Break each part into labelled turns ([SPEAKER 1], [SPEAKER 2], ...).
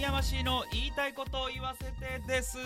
[SPEAKER 1] 山市の言いたいことを言わせてです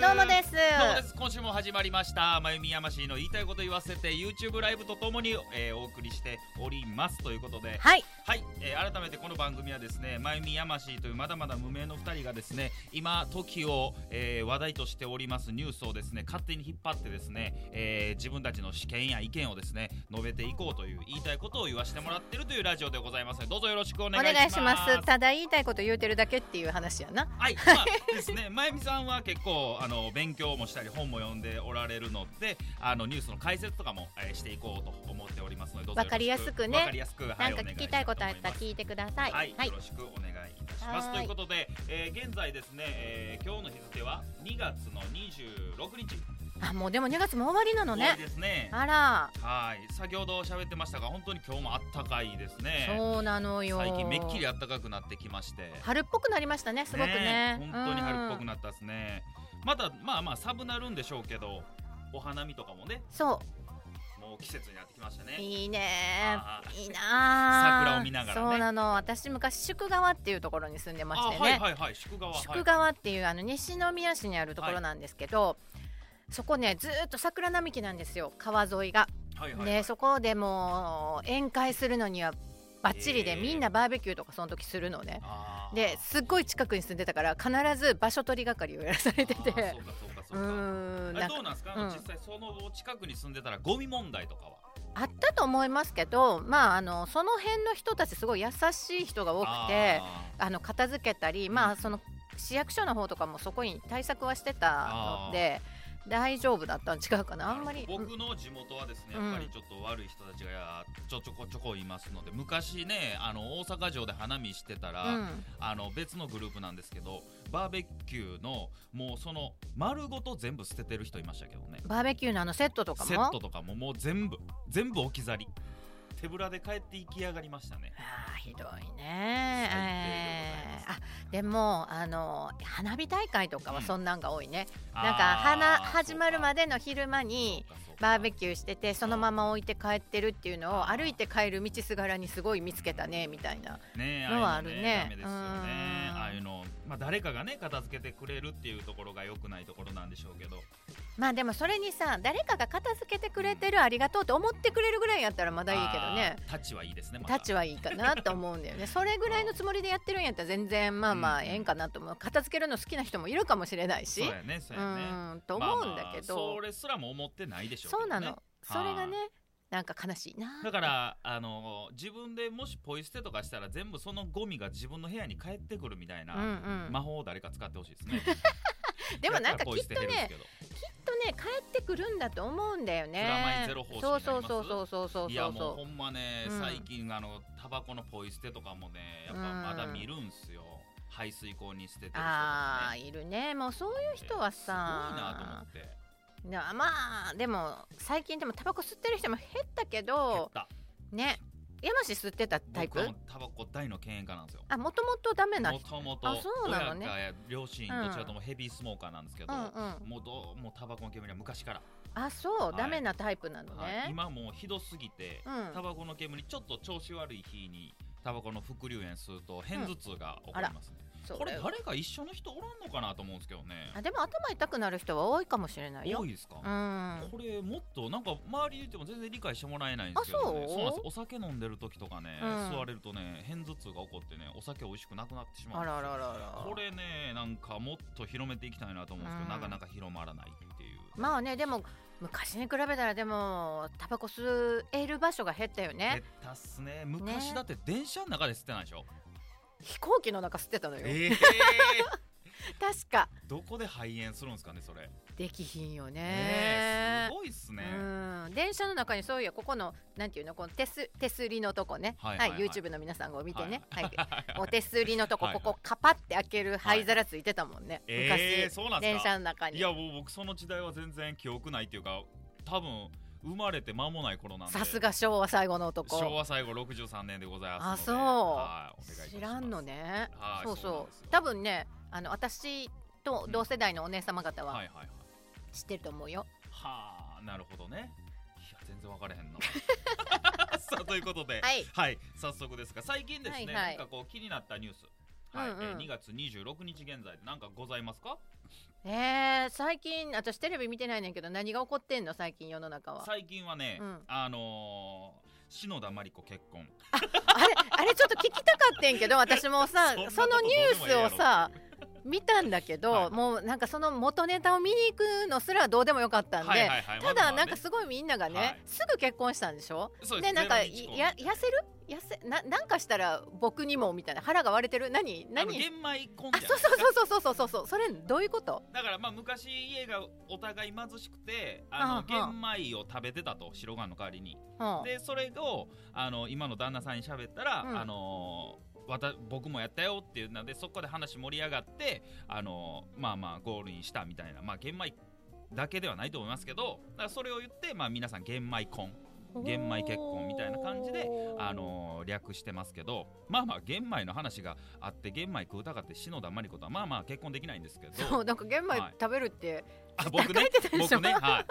[SPEAKER 2] どうもです
[SPEAKER 1] どうもです今週も始まりましたまゆみやましの言いたいこと言わせて YouTube ライブとともに、えーお送りしておりますということで
[SPEAKER 2] はい
[SPEAKER 1] はい、えー改めてこの番組はですねまゆみやましというまだまだ無名の2人がですね今時を、えー話題としておりますニュースをですね勝手に引っ張ってですね、えー自分たちの試験や意見をですね述べていこうという言いたいことを言わせてもらってるというラジオでございますどうぞよろしくお
[SPEAKER 2] お
[SPEAKER 1] 願いし
[SPEAKER 2] 願い
[SPEAKER 1] ます
[SPEAKER 2] しますただ言いたいこと言うてるだけっていう話やな
[SPEAKER 1] はい、まあですね、まゆみさんは結構あの勉強もしたり本も読んでおられるので、あのニュースの解説とかも、えーしていこうと思っておりますので、どうぞよろし
[SPEAKER 2] わかりやすくね
[SPEAKER 1] わかりやすく、は
[SPEAKER 2] ないんか聞きたいことあったら聞いてください
[SPEAKER 1] はい、
[SPEAKER 2] はい
[SPEAKER 1] よろしくお願いいたします。
[SPEAKER 2] は
[SPEAKER 1] とい
[SPEAKER 2] ーいう
[SPEAKER 1] ことで、えー現在ですね、えー今日の日付は2月の26日、
[SPEAKER 2] あもうでも2月も終わりなの
[SPEAKER 1] 終わ
[SPEAKER 2] ね
[SPEAKER 1] りですね。
[SPEAKER 2] あら
[SPEAKER 1] はい、先ほど喋ってましたが、本当に今日もあったかいですね。
[SPEAKER 2] そうなのよ
[SPEAKER 1] 最近めっきり暖かくなってきまして。
[SPEAKER 2] 春っぽくなりましたねすごくね
[SPEAKER 1] え本当に春っぽくな
[SPEAKER 2] な
[SPEAKER 1] ったですね、まだまあまあ寒なるんでしょうけどお花見とかもね
[SPEAKER 2] そ
[SPEAKER 1] もう季節になってきました
[SPEAKER 2] う
[SPEAKER 1] ね
[SPEAKER 2] いいね
[SPEAKER 1] あー
[SPEAKER 2] いいなあ
[SPEAKER 1] 桜を見ながらね
[SPEAKER 2] そうなの私昔宿川っていうところに住んでま
[SPEAKER 1] あ
[SPEAKER 2] し
[SPEAKER 1] は
[SPEAKER 2] て
[SPEAKER 1] い
[SPEAKER 2] ね、
[SPEAKER 1] はいはい宿川
[SPEAKER 2] 宿川っていうあの西宮市にあるところなんですけど、そこねずーっと桜並木なんですよ川沿いが、
[SPEAKER 1] はいはいはい
[SPEAKER 2] ねそこでもう宴会するのにはバッチリで、
[SPEAKER 1] えー
[SPEAKER 2] みんなバーベキューとかその時するのね
[SPEAKER 1] あー
[SPEAKER 2] ですっごい近くに住んでたから必ず場所取り係をやらされて
[SPEAKER 1] あー
[SPEAKER 2] て
[SPEAKER 1] そうかそうかそううか
[SPEAKER 2] ーん
[SPEAKER 1] あれ
[SPEAKER 2] なん
[SPEAKER 1] ど
[SPEAKER 2] か
[SPEAKER 1] うなんですか、
[SPEAKER 2] うん
[SPEAKER 1] 実際その近くに住んでたらゴミ問題とかは
[SPEAKER 2] あったと思いますけどまああのその辺の人たちすごい優しい人が多くて
[SPEAKER 1] あ
[SPEAKER 2] あの片付けたり、まあ、その市役所の方とかもそこに対策はしてたので大丈夫だったん違うか
[SPEAKER 1] ー
[SPEAKER 2] なあんまり
[SPEAKER 1] なるほど僕の地元はですね、
[SPEAKER 2] うん
[SPEAKER 1] やっぱりちょっと悪い人たちがちょちょこちょこいますので昔ねあの大阪城で花見してたら、
[SPEAKER 2] うん
[SPEAKER 1] あの別のグループなんですけどバーベキューのもうその丸ごと全部捨ててる人いましたけどね
[SPEAKER 2] バーベキューのあのセットとかも
[SPEAKER 1] セットとかももう全部全部置き去り手ぶらで帰って行き上がりましたね
[SPEAKER 2] あーひどい
[SPEAKER 1] 最低でご
[SPEAKER 2] ね
[SPEAKER 1] ざい
[SPEAKER 2] えーあでもあの花火大会とかはそんなんが多いね、なんか花
[SPEAKER 1] あー
[SPEAKER 2] 始まるま
[SPEAKER 1] そう
[SPEAKER 2] での昼間
[SPEAKER 1] か
[SPEAKER 2] に
[SPEAKER 1] そうかそうか
[SPEAKER 2] バーベキューしててそのまま置いて帰ってるっていうのを歩いて帰る道すがらにすごい見つけたねみたいな
[SPEAKER 1] ね
[SPEAKER 2] の
[SPEAKER 1] あ
[SPEAKER 2] は
[SPEAKER 1] あいうの
[SPEAKER 2] あるね
[SPEAKER 1] ねダメですよね
[SPEAKER 2] うん
[SPEAKER 1] ああいうのまあ誰かがね片付けてくれるっていうところが良くないところなんでしょうけど
[SPEAKER 2] まあでもそれにさ誰かが片付けてくれてるありがとうって思ってくれるぐらいやったらまだいいけどね
[SPEAKER 1] あータッチはいいですねま
[SPEAKER 2] タ
[SPEAKER 1] た
[SPEAKER 2] ッチはいいかなと思うんだ よねそれぐらいのつもりでやってるんやったら全然まあまあ
[SPEAKER 1] うん
[SPEAKER 2] ええんかなと思う片付けるの好きな人もいるかもしれないし
[SPEAKER 1] そうやねそう
[SPEAKER 2] う
[SPEAKER 1] やね
[SPEAKER 2] んと思うんだけ
[SPEAKER 1] まあまあ
[SPEAKER 2] ど
[SPEAKER 1] それすらも思ってないでしょうけ
[SPEAKER 2] そ
[SPEAKER 1] ど
[SPEAKER 2] う
[SPEAKER 1] ね
[SPEAKER 2] なのそれがね
[SPEAKER 1] は
[SPEAKER 2] なんか悲しいな
[SPEAKER 1] だからあの自分でもしポイ捨てとかしたら全部そのゴミが自分の部屋に帰ってくるみたい
[SPEAKER 2] うん
[SPEAKER 1] な、
[SPEAKER 2] うん
[SPEAKER 1] 魔法を誰か使ってほしいですね。
[SPEAKER 2] でもな
[SPEAKER 1] や
[SPEAKER 2] んか
[SPEAKER 1] たらポ
[SPEAKER 2] き
[SPEAKER 1] イ
[SPEAKER 2] っ
[SPEAKER 1] 捨
[SPEAKER 2] と
[SPEAKER 1] て
[SPEAKER 2] ねき
[SPEAKER 1] 減る
[SPEAKER 2] っ
[SPEAKER 1] んですけど
[SPEAKER 2] とね帰ってくるんだと思うんだよね
[SPEAKER 1] プラマイゼロ方式に
[SPEAKER 2] そ
[SPEAKER 1] な
[SPEAKER 2] う
[SPEAKER 1] ります
[SPEAKER 2] そうそうそうそうそう
[SPEAKER 1] い
[SPEAKER 2] そ
[SPEAKER 1] や
[SPEAKER 2] う
[SPEAKER 1] もうほんまね、
[SPEAKER 2] うん
[SPEAKER 1] 最近あのタバコのポイ捨てとかもねやっぱまだ見るんすよ、排水溝に捨ててる人と
[SPEAKER 2] あ
[SPEAKER 1] か
[SPEAKER 2] あ
[SPEAKER 1] ね
[SPEAKER 2] いるねもうそういう人はさ
[SPEAKER 1] すごいなと思って
[SPEAKER 2] なまあでも最近でもタバコ吸ってる人も減った
[SPEAKER 1] 減
[SPEAKER 2] け
[SPEAKER 1] っ
[SPEAKER 2] ど
[SPEAKER 1] た
[SPEAKER 2] ね山氏吸ってたタイ
[SPEAKER 1] 僕
[SPEAKER 2] プ
[SPEAKER 1] はもうタバコ大の敬遠家なんですよ
[SPEAKER 2] あもともとダメな
[SPEAKER 1] も
[SPEAKER 2] 人
[SPEAKER 1] ともと
[SPEAKER 2] あそうなのね
[SPEAKER 1] 親が両親どちらともヘビースモーカーなんですけど、
[SPEAKER 2] うんうん
[SPEAKER 1] もうどうもタバコの煙は昔から
[SPEAKER 2] あそう、
[SPEAKER 1] はい
[SPEAKER 2] ダメなタイプなのね、
[SPEAKER 1] はい、今もうひどすぎて、
[SPEAKER 2] うん
[SPEAKER 1] タバコの煙ちょっと調子悪い日にタバコの副流炎吸うと片頭痛が起こりますね、
[SPEAKER 2] そう
[SPEAKER 1] これ誰か一緒の人おらんのかなと思うんですけどね
[SPEAKER 2] あでも頭痛くなる人は多いかもしれないよ
[SPEAKER 1] 多いですか、
[SPEAKER 2] うんあ
[SPEAKER 1] これもっとなんか周りで言っても全然理解してもらえないんですけど、ね、
[SPEAKER 2] あそう
[SPEAKER 1] なんですお酒飲んでる時とかね、
[SPEAKER 2] うん
[SPEAKER 1] 吸われるとね片頭痛が起こってねお酒美味しくなくなってしまう
[SPEAKER 2] らあ
[SPEAKER 1] んですよ
[SPEAKER 2] らあらあら
[SPEAKER 1] これねなんかもっと広めていきたいなと思うんですけど、
[SPEAKER 2] うん
[SPEAKER 1] なかなか広まらないっていう
[SPEAKER 2] まあねでも昔に比べたらでもタバコ吸える場所が減ったよ
[SPEAKER 1] 下
[SPEAKER 2] ね
[SPEAKER 1] 手っすね昔だって電車の中で吸ってないでしょ、
[SPEAKER 2] 飛行機の中吸ってたのよ、
[SPEAKER 1] ええ
[SPEAKER 2] 確か
[SPEAKER 1] どこで肺炎するんですかね、それ。
[SPEAKER 2] できひんよね
[SPEAKER 1] ねえすごいっすね。
[SPEAKER 2] うん電車の中にそういやここのなんていうのこの手す手すりのとこねは、
[SPEAKER 1] はいいはいはい
[SPEAKER 2] YouTube の皆さんが見てね、はいお手すりのとこ
[SPEAKER 1] はいは
[SPEAKER 2] こ
[SPEAKER 1] い
[SPEAKER 2] こカパって開ける灰皿ついてたもんね、昔、
[SPEAKER 1] ええそうなんで
[SPEAKER 2] 電
[SPEAKER 1] す
[SPEAKER 2] 車
[SPEAKER 1] か。
[SPEAKER 2] の中に
[SPEAKER 1] いや、もう僕その時代は全然記憶ないっていうか、多分生まれて間もない頃なんで。
[SPEAKER 2] さす。が昭和最後の男
[SPEAKER 1] 昭和最後六十三年でございますので。
[SPEAKER 2] あそう
[SPEAKER 1] はい、お願いいたします
[SPEAKER 2] 知らんの。ね
[SPEAKER 1] はい
[SPEAKER 2] そう
[SPEAKER 1] そうなんで
[SPEAKER 2] そう
[SPEAKER 1] すよ
[SPEAKER 2] 多分ねあの私と同世代のお姉様方
[SPEAKER 1] は
[SPEAKER 2] はい
[SPEAKER 1] はいはい。
[SPEAKER 2] 知ってると思うよ、
[SPEAKER 1] はあ、なるほどね。いや、全然分かれへん な。さあ、ということで。
[SPEAKER 2] はい
[SPEAKER 1] はい、早速ですが、最近ですね、
[SPEAKER 2] はいはい
[SPEAKER 1] なんかこう気になったニュース。はい、
[SPEAKER 2] うんうん
[SPEAKER 1] えー2月26日現在なんかございますか
[SPEAKER 2] えー、最近私テレビ見てないねんけど何が起こってんの最近世の中は
[SPEAKER 1] 最近はね、
[SPEAKER 2] うん
[SPEAKER 1] あのー篠田麻里子結婚
[SPEAKER 2] あれあれちょっと聞きたかって んけど私もさ
[SPEAKER 1] んな
[SPEAKER 2] そ
[SPEAKER 1] こと
[SPEAKER 2] のニュースをさ見たんだけど、
[SPEAKER 1] はい
[SPEAKER 2] もうなんかその元ネタを見に行くのすらどうでもよかったんで、
[SPEAKER 1] はいはいはい
[SPEAKER 2] た
[SPEAKER 1] まあ
[SPEAKER 2] だ
[SPEAKER 1] ま
[SPEAKER 2] な
[SPEAKER 1] あ
[SPEAKER 2] ん
[SPEAKER 1] ね
[SPEAKER 2] かすごいみんながね、
[SPEAKER 1] はい
[SPEAKER 2] すぐ結婚したんでしょ
[SPEAKER 1] そうです
[SPEAKER 2] ねなんか
[SPEAKER 1] ゼロ日婚
[SPEAKER 2] や痩せる痩せななんかしたら僕にもみたいな腹が割れてる何
[SPEAKER 1] あの
[SPEAKER 2] 何
[SPEAKER 1] 玄米婚
[SPEAKER 2] あ
[SPEAKER 1] じゃ
[SPEAKER 2] そうそうそうそうそうそうそうそれどういうこと
[SPEAKER 1] だからまあ昔家がお互い貧しくてあの
[SPEAKER 2] はあはあ
[SPEAKER 1] 玄米を食べてたと白飯の代わりに
[SPEAKER 2] うん
[SPEAKER 1] でそれをあの今の旦那さんに喋ったら、
[SPEAKER 2] うん
[SPEAKER 1] あのわた僕もやったよっていうのでそこで話盛り上がってあのまあまあゴールインしたみたいなまあ玄米だけではないと思いますけどだからそれを言って、まあ、皆さん玄米婚玄米結婚みたいな感じであの略してますけどまあまあ玄米の話があって玄米食うたかって篠田真理子とはまあまあ結婚できないんですけど
[SPEAKER 2] そうなんか玄米
[SPEAKER 1] はい
[SPEAKER 2] 食べるって、
[SPEAKER 1] あ僕ね
[SPEAKER 2] 書いてたでしょ
[SPEAKER 1] 僕ねはい、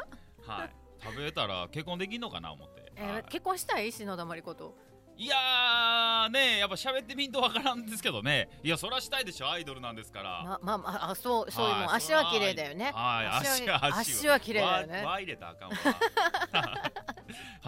[SPEAKER 1] はい、食べたら結婚できんのかな思って、
[SPEAKER 2] え
[SPEAKER 1] は
[SPEAKER 2] ー
[SPEAKER 1] い
[SPEAKER 2] 結婚したい篠田麻里子と
[SPEAKER 1] いやーねやっぱ喋ってみんとわからんですけどねいやそらしたいでしょアイドルなんですから
[SPEAKER 2] ままあまああそうそういうもん
[SPEAKER 1] はい
[SPEAKER 2] 足は綺麗だよね
[SPEAKER 1] はい足は
[SPEAKER 2] 足は足は綺麗だよね
[SPEAKER 1] わわ入れたらあかん わ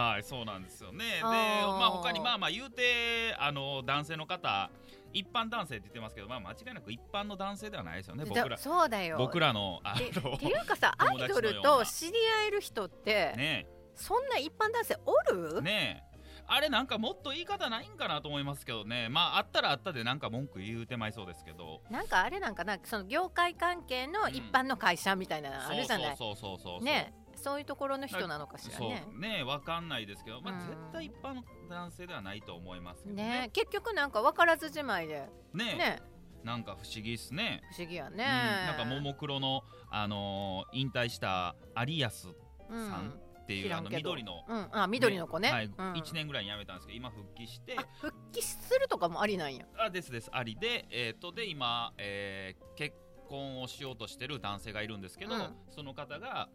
[SPEAKER 1] はいそうなんですよねで
[SPEAKER 2] あ
[SPEAKER 1] ま
[SPEAKER 2] ー
[SPEAKER 1] あ他にまあまあ言うてあの男性の方一般男性って言ってますけどまあ間違いなく一般の男性ではないですよね僕
[SPEAKER 2] だ
[SPEAKER 1] ら
[SPEAKER 2] そうだよ
[SPEAKER 1] 僕らのあ
[SPEAKER 2] て
[SPEAKER 1] の
[SPEAKER 2] っていうかさア
[SPEAKER 1] 友
[SPEAKER 2] イ
[SPEAKER 1] 達
[SPEAKER 2] ド
[SPEAKER 1] のような
[SPEAKER 2] ルと知り合える人って、
[SPEAKER 1] ね
[SPEAKER 2] そんな一般男性おる、
[SPEAKER 1] ねえあれなんかもっと言い方ないんかなと思いますけどねまああったらあったでなんか文句言うてまいそうですけど
[SPEAKER 2] なんかあれなんかなその業界関係の一般の会社みたいなのあるじゃない、
[SPEAKER 1] そうそうそうそうそう
[SPEAKER 2] ねそういうところの人なのかしら
[SPEAKER 1] そう
[SPEAKER 2] ね。
[SPEAKER 1] ねわかんないですけど、ま
[SPEAKER 2] うん
[SPEAKER 1] あ、絶対一般の男性ではないと思いますけど
[SPEAKER 2] ね
[SPEAKER 1] ね。
[SPEAKER 2] 結局なんか分からずじまいで
[SPEAKER 1] ね
[SPEAKER 2] ね
[SPEAKER 1] なんか不思議ですね。
[SPEAKER 2] 不思議やね、
[SPEAKER 1] うんなんかももクロの、あのー引退した有安さんって
[SPEAKER 2] う
[SPEAKER 1] い
[SPEAKER 2] ん
[SPEAKER 1] う、
[SPEAKER 2] 知ら
[SPEAKER 1] あ
[SPEAKER 2] ん
[SPEAKER 1] の
[SPEAKER 2] けど
[SPEAKER 1] 緑の、
[SPEAKER 2] うん、あ緑の子ね
[SPEAKER 1] はい
[SPEAKER 2] うん
[SPEAKER 1] 1年ぐらいに辞めたんですけど今復帰して
[SPEAKER 2] あ復帰するとかもありなんや
[SPEAKER 1] あですですありでえっ、とで今、えー結婚をしようとしてる男性がいるんですけど、
[SPEAKER 2] うん
[SPEAKER 1] その方が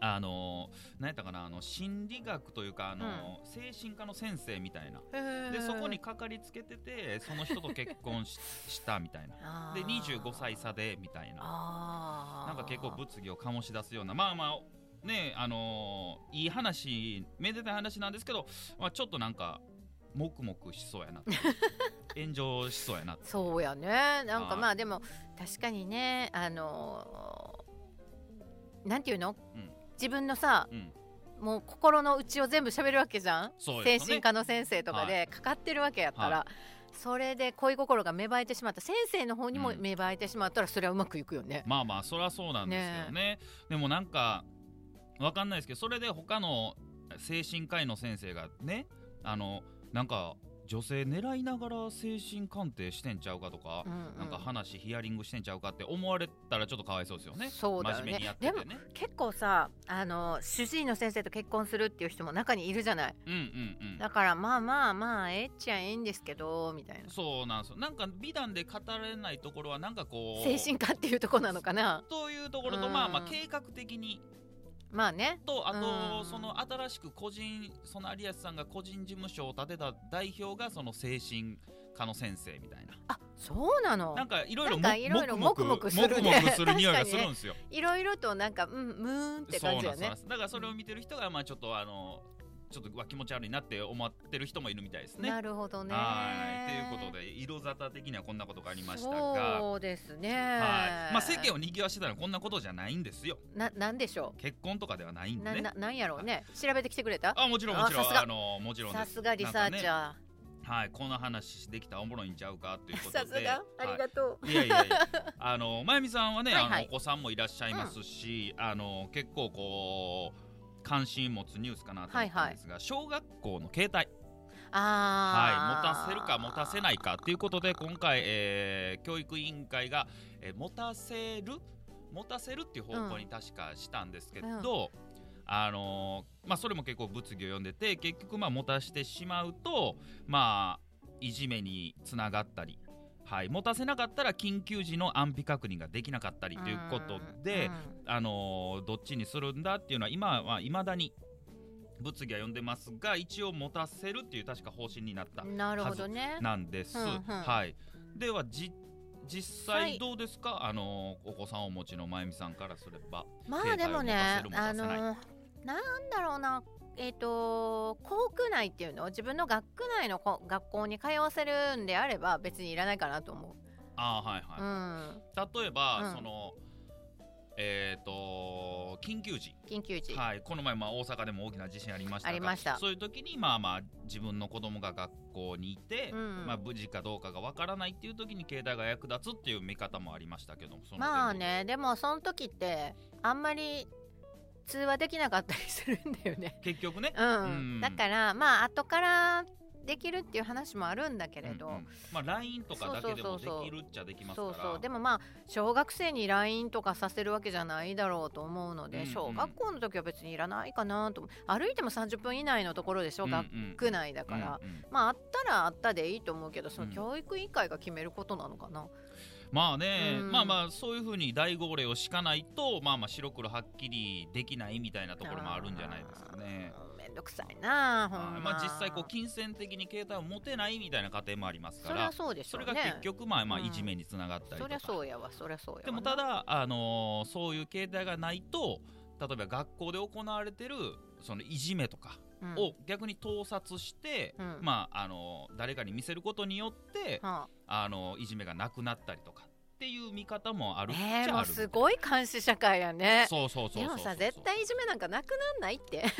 [SPEAKER 1] あのー何やったかなあの心理学というかあのー精神科の先生みたいなで
[SPEAKER 2] で
[SPEAKER 1] そこにかかりつけててその人と結婚 ししたみたいなで25歳差でみたいな
[SPEAKER 2] あー
[SPEAKER 1] なんか結構物議を醸し出すようなまあまあねあのーいい話めでたい話なんですけど、まあ、ちょっとなんかもくもくしそうや なって炎上しそうやなって
[SPEAKER 2] そうやねなんか
[SPEAKER 1] はい
[SPEAKER 2] まあでも確かにねあのーなんていうの、
[SPEAKER 1] うん
[SPEAKER 2] 自分のさ
[SPEAKER 1] うん
[SPEAKER 2] もう心の内を全部喋るわけじゃん、
[SPEAKER 1] そうで
[SPEAKER 2] 精
[SPEAKER 1] すよね
[SPEAKER 2] 神科の先生とか
[SPEAKER 1] は
[SPEAKER 2] でかかってるわけやったら、
[SPEAKER 1] は
[SPEAKER 2] それで恋心が芽生えてしまった先生の方にも
[SPEAKER 1] うん
[SPEAKER 2] 芽生えてしまったらそれはうまくいくよね。
[SPEAKER 1] まあまあそりゃそうなんですけどねでもなんかわかんないですけどそれで他の精神科医の先生がねあのなんか女性狙いながら精神鑑定してんちゃうかとか、
[SPEAKER 2] うんうん
[SPEAKER 1] なんか話ヒアリングしてんちゃうかって思われたらちょっとかわいそうですよね
[SPEAKER 2] そうだよね
[SPEAKER 1] 真面目にやっててね
[SPEAKER 2] 結構さあの主治医の先生と結婚するっていう人も中にいるじゃない
[SPEAKER 1] うんうんうん
[SPEAKER 2] だからまあまあまあええっちゃええんですけどみたいな
[SPEAKER 1] そうなんですよなんか美談で語れないところはなんかこう
[SPEAKER 2] 精神科っていうとこなのかな
[SPEAKER 1] というところ
[SPEAKER 2] う
[SPEAKER 1] と
[SPEAKER 2] ん
[SPEAKER 1] まあまあ計画的に
[SPEAKER 2] まあね
[SPEAKER 1] とあ
[SPEAKER 2] うん
[SPEAKER 1] とその新しく個人その有安さんが個人事務所を建てた代表がその精神科の先生みたいな
[SPEAKER 2] あそうなの
[SPEAKER 1] なんかいろいろ
[SPEAKER 2] なんかいろいろ
[SPEAKER 1] もく
[SPEAKER 2] も
[SPEAKER 1] も
[SPEAKER 2] く
[SPEAKER 1] く
[SPEAKER 2] もくするね
[SPEAKER 1] もくもくする匂い
[SPEAKER 2] 確か
[SPEAKER 1] が
[SPEAKER 2] に
[SPEAKER 1] す
[SPEAKER 2] ね
[SPEAKER 1] るんですよ。
[SPEAKER 2] いろいろとなんかうんムーンって
[SPEAKER 1] そう
[SPEAKER 2] 感
[SPEAKER 1] なん
[SPEAKER 2] じ
[SPEAKER 1] ですそう
[SPEAKER 2] やね
[SPEAKER 1] なんですだからそれを見てる人がまあちょっとあのちょっとうわ気持ち悪いなって思ってる人もいるみたいですね。
[SPEAKER 2] なるほどね
[SPEAKER 1] はいということで色沙汰的にはこんなことがありましたが、は
[SPEAKER 2] そうですね
[SPEAKER 1] いまあ、世間
[SPEAKER 2] を
[SPEAKER 1] を賑わしてたのはこんなことじゃないんですよ
[SPEAKER 2] ななんでしょ
[SPEAKER 1] 結婚とかではないん
[SPEAKER 2] う
[SPEAKER 1] で
[SPEAKER 2] な
[SPEAKER 1] ね。
[SPEAKER 2] ななんやろうね調べてきてくれた
[SPEAKER 1] あもちろんもちろ
[SPEAKER 2] あ
[SPEAKER 1] ん
[SPEAKER 2] さすが
[SPEAKER 1] あのもちろんで
[SPEAKER 2] さ
[SPEAKER 1] す
[SPEAKER 2] すがリサー
[SPEAKER 1] なん
[SPEAKER 2] チ
[SPEAKER 1] かね
[SPEAKER 2] ャ
[SPEAKER 1] はいこの話できたらおもろいんちゃうかということで
[SPEAKER 2] ー さすがあり
[SPEAKER 1] はい
[SPEAKER 2] がとう
[SPEAKER 1] いやいや いやあのまゆみさんはね、
[SPEAKER 2] はいは
[SPEAKER 1] あ
[SPEAKER 2] い
[SPEAKER 1] のお子さんもいらっしゃいますし、あの結構こう関心持つニュースかなと思ったんですが、小学校の携帯、はい、持
[SPEAKER 2] ああ
[SPEAKER 1] たせるか持たせないかということで今回、えー教育委員会が、えー持たせる持たせるっていう方向に確かしたんですけど、あのーまあ、それも結構物議を呼んでて結局まあ持たしてしまうと、まあ、いじめにつながったり、はい、持たせなかったら緊急時の安否確認ができなかったりということで。
[SPEAKER 2] うんうん
[SPEAKER 1] あのーどっちにするんだっていうのは今はいまだに物議は呼んでますが一応持たせるっていう確か方針になった
[SPEAKER 2] なるほどね。
[SPEAKER 1] なんです。
[SPEAKER 2] うんうん
[SPEAKER 1] はいではじ実際どうですか、あのお子さんをお持ちのまゆみさんからすれば
[SPEAKER 2] ま
[SPEAKER 1] 携
[SPEAKER 2] あ
[SPEAKER 1] 帯
[SPEAKER 2] でもね
[SPEAKER 1] を持たせ
[SPEAKER 2] あ
[SPEAKER 1] る
[SPEAKER 2] の
[SPEAKER 1] 持たせない
[SPEAKER 2] なんだろうなえっ、と校区内っていうの自分の学区内のこ学校に通わせるんであれば別にいらないかなと思う。
[SPEAKER 1] あーはいはい、
[SPEAKER 2] うん、
[SPEAKER 1] 例えば、
[SPEAKER 2] うん
[SPEAKER 1] そのえっ、と緊急時、
[SPEAKER 2] 緊急時、
[SPEAKER 1] はい、この前、まあ、大阪でも大きな地震ありましたが
[SPEAKER 2] ありました
[SPEAKER 1] そういう時にまあまあ自分の子供が学校にいて、
[SPEAKER 2] うん
[SPEAKER 1] まあ、無事かどうかがわからないっていう時に携帯が役立つっていう見方もありましたけどもその点
[SPEAKER 2] まあねでもその時ってあんまり通話できなかったりするんだよね。
[SPEAKER 1] 結局ね、
[SPEAKER 2] うん、
[SPEAKER 1] うん
[SPEAKER 2] だからまあ後からできるっていう話もあるんだけれど、
[SPEAKER 1] うんうんまあ、LINE とかだけでも
[SPEAKER 2] そうそう
[SPEAKER 1] で
[SPEAKER 2] そうそ
[SPEAKER 1] き
[SPEAKER 2] う
[SPEAKER 1] るっちゃできますから
[SPEAKER 2] そうそうでもまあ小学生に LINE とかさせるわけじゃないだろうと思うので、
[SPEAKER 1] うんうん
[SPEAKER 2] 小学校の時は別にいらないかなと思う歩いても30分以内のところでしょ、
[SPEAKER 1] うんうん
[SPEAKER 2] 学区内だから、
[SPEAKER 1] うんうん
[SPEAKER 2] まああったらあったでいいと思うけどその
[SPEAKER 1] うん
[SPEAKER 2] 教育委員会が決めることなのかな、
[SPEAKER 1] まあね、
[SPEAKER 2] うん
[SPEAKER 1] まあまあそういうふうに大号令を敷かないとまあまあ白黒はっきりできないみたいなところもあるんじゃないですかね。
[SPEAKER 2] あーめんどくさいなあほん
[SPEAKER 1] はいまあ実際こう金銭的に携帯を持てないみたいな家庭もあります
[SPEAKER 2] そ
[SPEAKER 1] か
[SPEAKER 2] りゃ
[SPEAKER 1] ら
[SPEAKER 2] そうでし
[SPEAKER 1] そ
[SPEAKER 2] ょう
[SPEAKER 1] れ
[SPEAKER 2] ね
[SPEAKER 1] が結局まあまあ
[SPEAKER 2] うん
[SPEAKER 1] いじめにつながったり
[SPEAKER 2] そ
[SPEAKER 1] と
[SPEAKER 2] りゃそ
[SPEAKER 1] か
[SPEAKER 2] うやわそりゃそうやわ
[SPEAKER 1] でもただあのーそういう携帯がないと例えば学校で行われてるそのいじめとかを逆に盗撮して、
[SPEAKER 2] うん
[SPEAKER 1] まああのー誰かに見せることによって、
[SPEAKER 2] あ
[SPEAKER 1] あのーいじめがなくなったりとかっていう見方もあるっちゃあ
[SPEAKER 2] え
[SPEAKER 1] る
[SPEAKER 2] ー、もうすごい監視社会やね
[SPEAKER 1] そうそうそうそう
[SPEAKER 2] でもさ絶対いじめなんかなくなんないって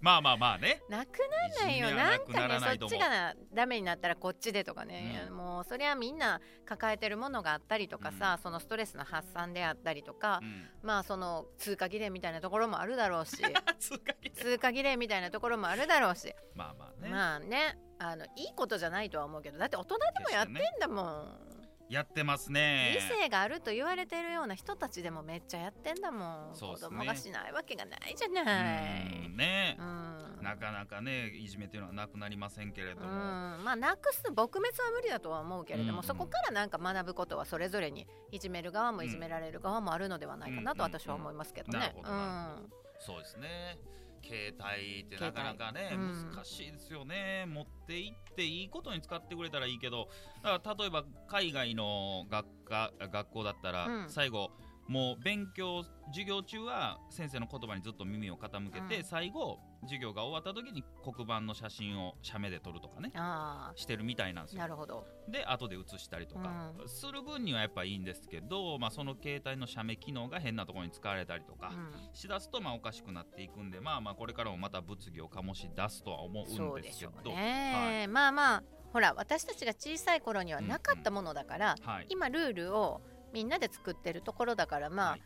[SPEAKER 1] まあまあまあね
[SPEAKER 2] なくなんないよ
[SPEAKER 1] いじめは
[SPEAKER 2] な
[SPEAKER 1] なんく
[SPEAKER 2] か
[SPEAKER 1] ならな
[SPEAKER 2] ね
[SPEAKER 1] い
[SPEAKER 2] そ
[SPEAKER 1] と思
[SPEAKER 2] っち
[SPEAKER 1] う
[SPEAKER 2] がなダメになったらこっちでとかね、
[SPEAKER 1] うん
[SPEAKER 2] もうそれはみんな抱えてるものがあったりとかさ、そのストレスの発散であったりとか、
[SPEAKER 1] うん
[SPEAKER 2] まあその通過儀礼みたいなところもあるだ ろうし
[SPEAKER 1] 通過儀礼
[SPEAKER 2] 通過儀礼みたいなところもあるだろうし、
[SPEAKER 1] まあまあね、
[SPEAKER 2] まあねあのいいことじゃないとは思うけどだって大人でもやってんだもん、
[SPEAKER 1] やってますね
[SPEAKER 2] 理性があると言われてるような人たちでもめっちゃやってんだもん、
[SPEAKER 1] そうっ
[SPEAKER 2] 子
[SPEAKER 1] すね
[SPEAKER 2] 供がしないわけがないじゃない。
[SPEAKER 1] うんね
[SPEAKER 2] う、ん
[SPEAKER 1] なかなかねいじめというのはなくなりませんけれど
[SPEAKER 2] う
[SPEAKER 1] も、
[SPEAKER 2] んまあ、なくす撲滅は無理だとは思うけれど
[SPEAKER 1] う
[SPEAKER 2] も、
[SPEAKER 1] ん
[SPEAKER 2] そこからなんか学ぶことはそれぞれにいじめる側もいじめられる側もあるのではないかなと
[SPEAKER 1] うんうんうん
[SPEAKER 2] 私は思いますけどね。
[SPEAKER 1] なるほどなそうですね携帯ってなかなかね、
[SPEAKER 2] 携帯うん
[SPEAKER 1] 難しいですよね持って行っていいことに使ってくれたらいいけどだから例えば海外の学科学校だったら、
[SPEAKER 2] うん
[SPEAKER 1] 最後もう勉強授業中は先生の言葉にずっと耳を傾けて、
[SPEAKER 2] うん
[SPEAKER 1] 最後授業が終わった時に黒板の写真を写メで撮るとかね
[SPEAKER 2] うん、あ
[SPEAKER 1] してるみたいなんです
[SPEAKER 2] あ
[SPEAKER 1] よ
[SPEAKER 2] なるほど。
[SPEAKER 1] で後で写したりとか、する分にはやっぱいいんですけど、まあ、その携帯の写メ機能が変なところに使われたりとか、
[SPEAKER 2] うん
[SPEAKER 1] しだすとまあおかしくなっていくんでまあまあこれからもまた物議を醸し出すとは思
[SPEAKER 2] そううん
[SPEAKER 1] で
[SPEAKER 2] ですし
[SPEAKER 1] け
[SPEAKER 2] ょ
[SPEAKER 1] ど
[SPEAKER 2] うね、まあまあほら私たちが小さい頃にはなかったものだから、
[SPEAKER 1] はい
[SPEAKER 2] 今ルールをみんなで作ってるところだからまあ、
[SPEAKER 1] はい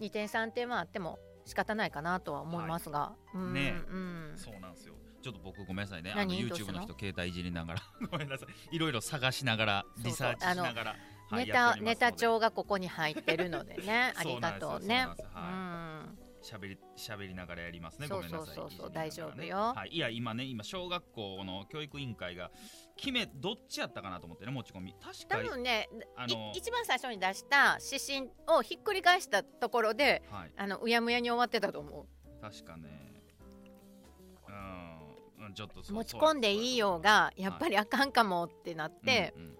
[SPEAKER 2] 2点3点はあっても仕方ないかなとは思いますが、うん
[SPEAKER 1] ね
[SPEAKER 2] うん、
[SPEAKER 1] そうなんですよちょっと僕ごめんなさいねあの
[SPEAKER 2] 何どうし
[SPEAKER 1] YouTube
[SPEAKER 2] たの
[SPEAKER 1] の人携帯いじりながら ごめんなさいいろいろ探しながら
[SPEAKER 2] そうそう
[SPEAKER 1] リサーチしながらはい
[SPEAKER 2] ネ
[SPEAKER 1] やってお
[SPEAKER 2] タ
[SPEAKER 1] りますの
[SPEAKER 2] ネ
[SPEAKER 1] で
[SPEAKER 2] タ帳がここに入ってるので ねあ
[SPEAKER 1] そ
[SPEAKER 2] り
[SPEAKER 1] うな
[SPEAKER 2] が
[SPEAKER 1] んですよ
[SPEAKER 2] とうね。
[SPEAKER 1] そう
[SPEAKER 2] う
[SPEAKER 1] なん
[SPEAKER 2] ん
[SPEAKER 1] 喋り喋りながらやりますね
[SPEAKER 2] そ
[SPEAKER 1] ご
[SPEAKER 2] う
[SPEAKER 1] めん
[SPEAKER 2] そ
[SPEAKER 1] な
[SPEAKER 2] う
[SPEAKER 1] さい
[SPEAKER 2] そうそう
[SPEAKER 1] いじりながらね
[SPEAKER 2] 大丈夫よ
[SPEAKER 1] はいいや今ね今小学校の教育委員会が決めどっちやったかなと思ってね持ち込み確
[SPEAKER 2] 多
[SPEAKER 1] か
[SPEAKER 2] 分ね、
[SPEAKER 1] あ
[SPEAKER 2] い
[SPEAKER 1] の
[SPEAKER 2] 一番最初に出した指針をひっくり返したところで
[SPEAKER 1] はい
[SPEAKER 2] あのうやむやに終わってたと思
[SPEAKER 1] 確かねうんうんちょっと
[SPEAKER 2] う
[SPEAKER 1] そう
[SPEAKER 2] 持ち込んでいいよが
[SPEAKER 1] うや
[SPEAKER 2] やっぱりあかんかもってなって、
[SPEAKER 1] うんうん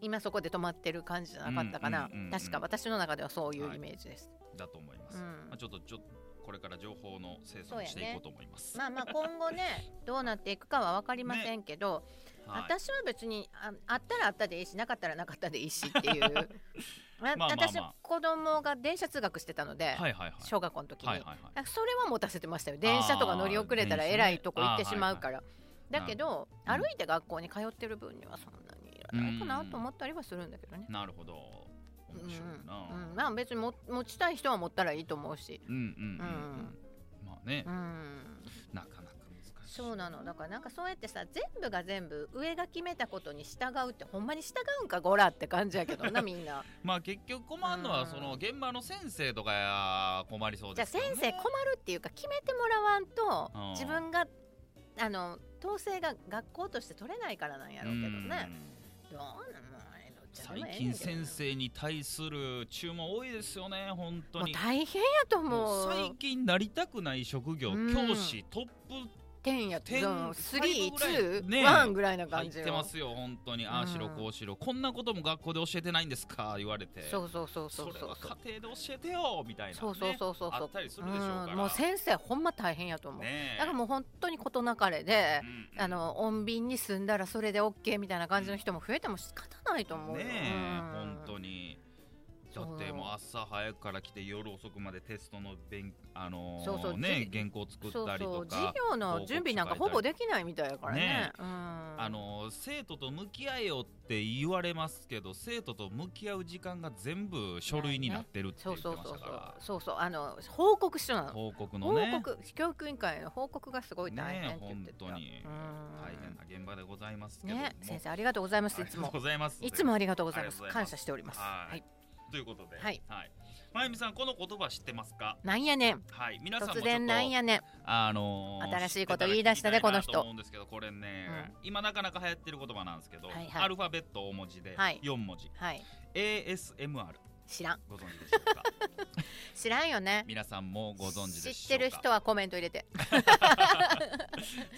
[SPEAKER 2] 今そこで止まってる感じじゃなかったか
[SPEAKER 1] うん
[SPEAKER 2] な、
[SPEAKER 1] うんうんうん
[SPEAKER 2] 確か私の中ではそうい
[SPEAKER 1] は
[SPEAKER 2] う
[SPEAKER 1] い
[SPEAKER 2] イメージです、
[SPEAKER 1] だと思います、
[SPEAKER 2] うん
[SPEAKER 1] まあ、ちょっとちょっとこれから情報の清掃をしていこうと思います、
[SPEAKER 2] まあまあ今後ねどうなっていくかは分かりませんけど、
[SPEAKER 1] はい
[SPEAKER 2] 私は別にああったらあったでいいしなかったらなかったでいいしって いう
[SPEAKER 1] あまあまあ
[SPEAKER 2] 私子供が電車通学してたので、
[SPEAKER 1] はいはいはい
[SPEAKER 2] 小学校の時に、
[SPEAKER 1] はいはいはい
[SPEAKER 2] あそれは持たせてましたよ電車とか乗り遅れたらえらいとこ行ってしまうから、だけど、
[SPEAKER 1] はいはい
[SPEAKER 2] 歩いて学校に通ってる分にはそんなにいらないかなと思ったりはするんだけどね、
[SPEAKER 1] なるほど面白いな
[SPEAKER 2] うんうん、まあ別にも持ちたい人は持ったらいいと思うし、
[SPEAKER 1] うんうんうん、うん
[SPEAKER 2] うん
[SPEAKER 1] まあね
[SPEAKER 2] う、ん、
[SPEAKER 1] なかなか難しい
[SPEAKER 2] そうなのだからなんかそうやってさ全部が全部上が決めたことに従うってほんまに従うんかゴラって感じやけど なみんな
[SPEAKER 1] まあ結局困るのは
[SPEAKER 2] うん
[SPEAKER 1] その現場の先生とかや困りそう
[SPEAKER 2] じ
[SPEAKER 1] で
[SPEAKER 2] ゃあ
[SPEAKER 1] すけ
[SPEAKER 2] 先
[SPEAKER 1] どね、
[SPEAKER 2] 生困るっていうか決めてもらわんと
[SPEAKER 1] うん
[SPEAKER 2] 自分があの統制が学校として取れないからなんやろうけどね
[SPEAKER 1] うん
[SPEAKER 2] どうなの
[SPEAKER 1] 最
[SPEAKER 2] えどっちでもええねんけど
[SPEAKER 1] 近先生に対する注文多いですよね本当
[SPEAKER 2] もう
[SPEAKER 1] に
[SPEAKER 2] 大変やと思う
[SPEAKER 1] 最近なりたくない職業
[SPEAKER 2] うん
[SPEAKER 1] 教師トップ
[SPEAKER 2] 10や
[SPEAKER 1] 10
[SPEAKER 2] 3、
[SPEAKER 1] ぐらい
[SPEAKER 2] 2、
[SPEAKER 1] ね
[SPEAKER 2] 1ぐらいな
[SPEAKER 1] 入
[SPEAKER 2] 感
[SPEAKER 1] っ
[SPEAKER 2] じ
[SPEAKER 1] て
[SPEAKER 2] よ
[SPEAKER 1] ま。すよ本当にああしろ
[SPEAKER 2] うん
[SPEAKER 1] こうしろこんなことも学校で教えてないんですか言われて
[SPEAKER 2] そうそうそうそう
[SPEAKER 1] そ
[SPEAKER 2] そ
[SPEAKER 1] れは
[SPEAKER 2] う
[SPEAKER 1] 家庭で教えてよみたいなね
[SPEAKER 2] そうそうそうそう
[SPEAKER 1] あ
[SPEAKER 2] そ
[SPEAKER 1] っ
[SPEAKER 2] う
[SPEAKER 1] たりす
[SPEAKER 2] う
[SPEAKER 1] るでしょうから
[SPEAKER 2] んもう先生ほんま大変やと思う、
[SPEAKER 1] ねえ
[SPEAKER 2] だからもう本当に事なかれで、
[SPEAKER 1] うんうん
[SPEAKER 2] あの穏便に住んだらそれで OK みたいな感じの人も増えても仕方ないと思うよ
[SPEAKER 1] ねえ本当
[SPEAKER 2] に
[SPEAKER 1] にだ
[SPEAKER 2] そう
[SPEAKER 1] ってもう朝早くから来て夜遅くまでテストの勉あのー
[SPEAKER 2] そうそう
[SPEAKER 1] ね
[SPEAKER 2] じ
[SPEAKER 1] 原稿作
[SPEAKER 2] そ
[SPEAKER 1] っ
[SPEAKER 2] う
[SPEAKER 1] たり
[SPEAKER 2] そ
[SPEAKER 1] と
[SPEAKER 2] う
[SPEAKER 1] か
[SPEAKER 2] 授業の準備なんかほぼできないみたいだからね
[SPEAKER 1] ね
[SPEAKER 2] うん、
[SPEAKER 1] あの生徒と向き合えよって言われますけど生徒と向き合う時間が全部書類になってるって言
[SPEAKER 2] そ
[SPEAKER 1] っ
[SPEAKER 2] う
[SPEAKER 1] て
[SPEAKER 2] そう
[SPEAKER 1] まし
[SPEAKER 2] そ
[SPEAKER 1] た
[SPEAKER 2] うそ
[SPEAKER 1] か
[SPEAKER 2] う
[SPEAKER 1] ら
[SPEAKER 2] そうそうあの報告書なの
[SPEAKER 1] 報告の
[SPEAKER 2] 報
[SPEAKER 1] ね
[SPEAKER 2] 告教育委員会の報告がすごい大変
[SPEAKER 1] ね
[SPEAKER 2] って言
[SPEAKER 1] 本
[SPEAKER 2] ってた、
[SPEAKER 1] 当に
[SPEAKER 2] うん
[SPEAKER 1] 大変な現場でございますけども
[SPEAKER 2] ね先生ありがとうございますいつ
[SPEAKER 1] ありが
[SPEAKER 2] も
[SPEAKER 1] とうございます
[SPEAKER 2] いつもありがとうございます
[SPEAKER 1] ありがとうござい
[SPEAKER 2] 感
[SPEAKER 1] ます
[SPEAKER 2] 謝しております
[SPEAKER 1] はい
[SPEAKER 2] はい、
[SPEAKER 1] ということでは
[SPEAKER 2] はいい
[SPEAKER 1] まゆみさんこの言葉知ってますか
[SPEAKER 2] なんやねん
[SPEAKER 1] はい皆さんもちょ
[SPEAKER 2] 突
[SPEAKER 1] っと
[SPEAKER 2] 然なんやねん
[SPEAKER 1] あのー
[SPEAKER 2] 新しいこと言い出したね
[SPEAKER 1] 知ってら
[SPEAKER 2] この
[SPEAKER 1] 聞き
[SPEAKER 2] 人
[SPEAKER 1] たいなと思うんですけどこれね今なかなか流行ってる言葉なんですけど
[SPEAKER 2] はいはい
[SPEAKER 1] アルファベット大文字で
[SPEAKER 2] はい
[SPEAKER 1] 四文字
[SPEAKER 2] はい
[SPEAKER 1] ASMR
[SPEAKER 2] 知らん
[SPEAKER 1] ご存知でしょ うか
[SPEAKER 2] 知らんよね
[SPEAKER 1] 皆さんもご存知でし
[SPEAKER 2] 知
[SPEAKER 1] ょ
[SPEAKER 2] っ
[SPEAKER 1] う
[SPEAKER 2] て
[SPEAKER 1] か
[SPEAKER 2] る人はコメント入れて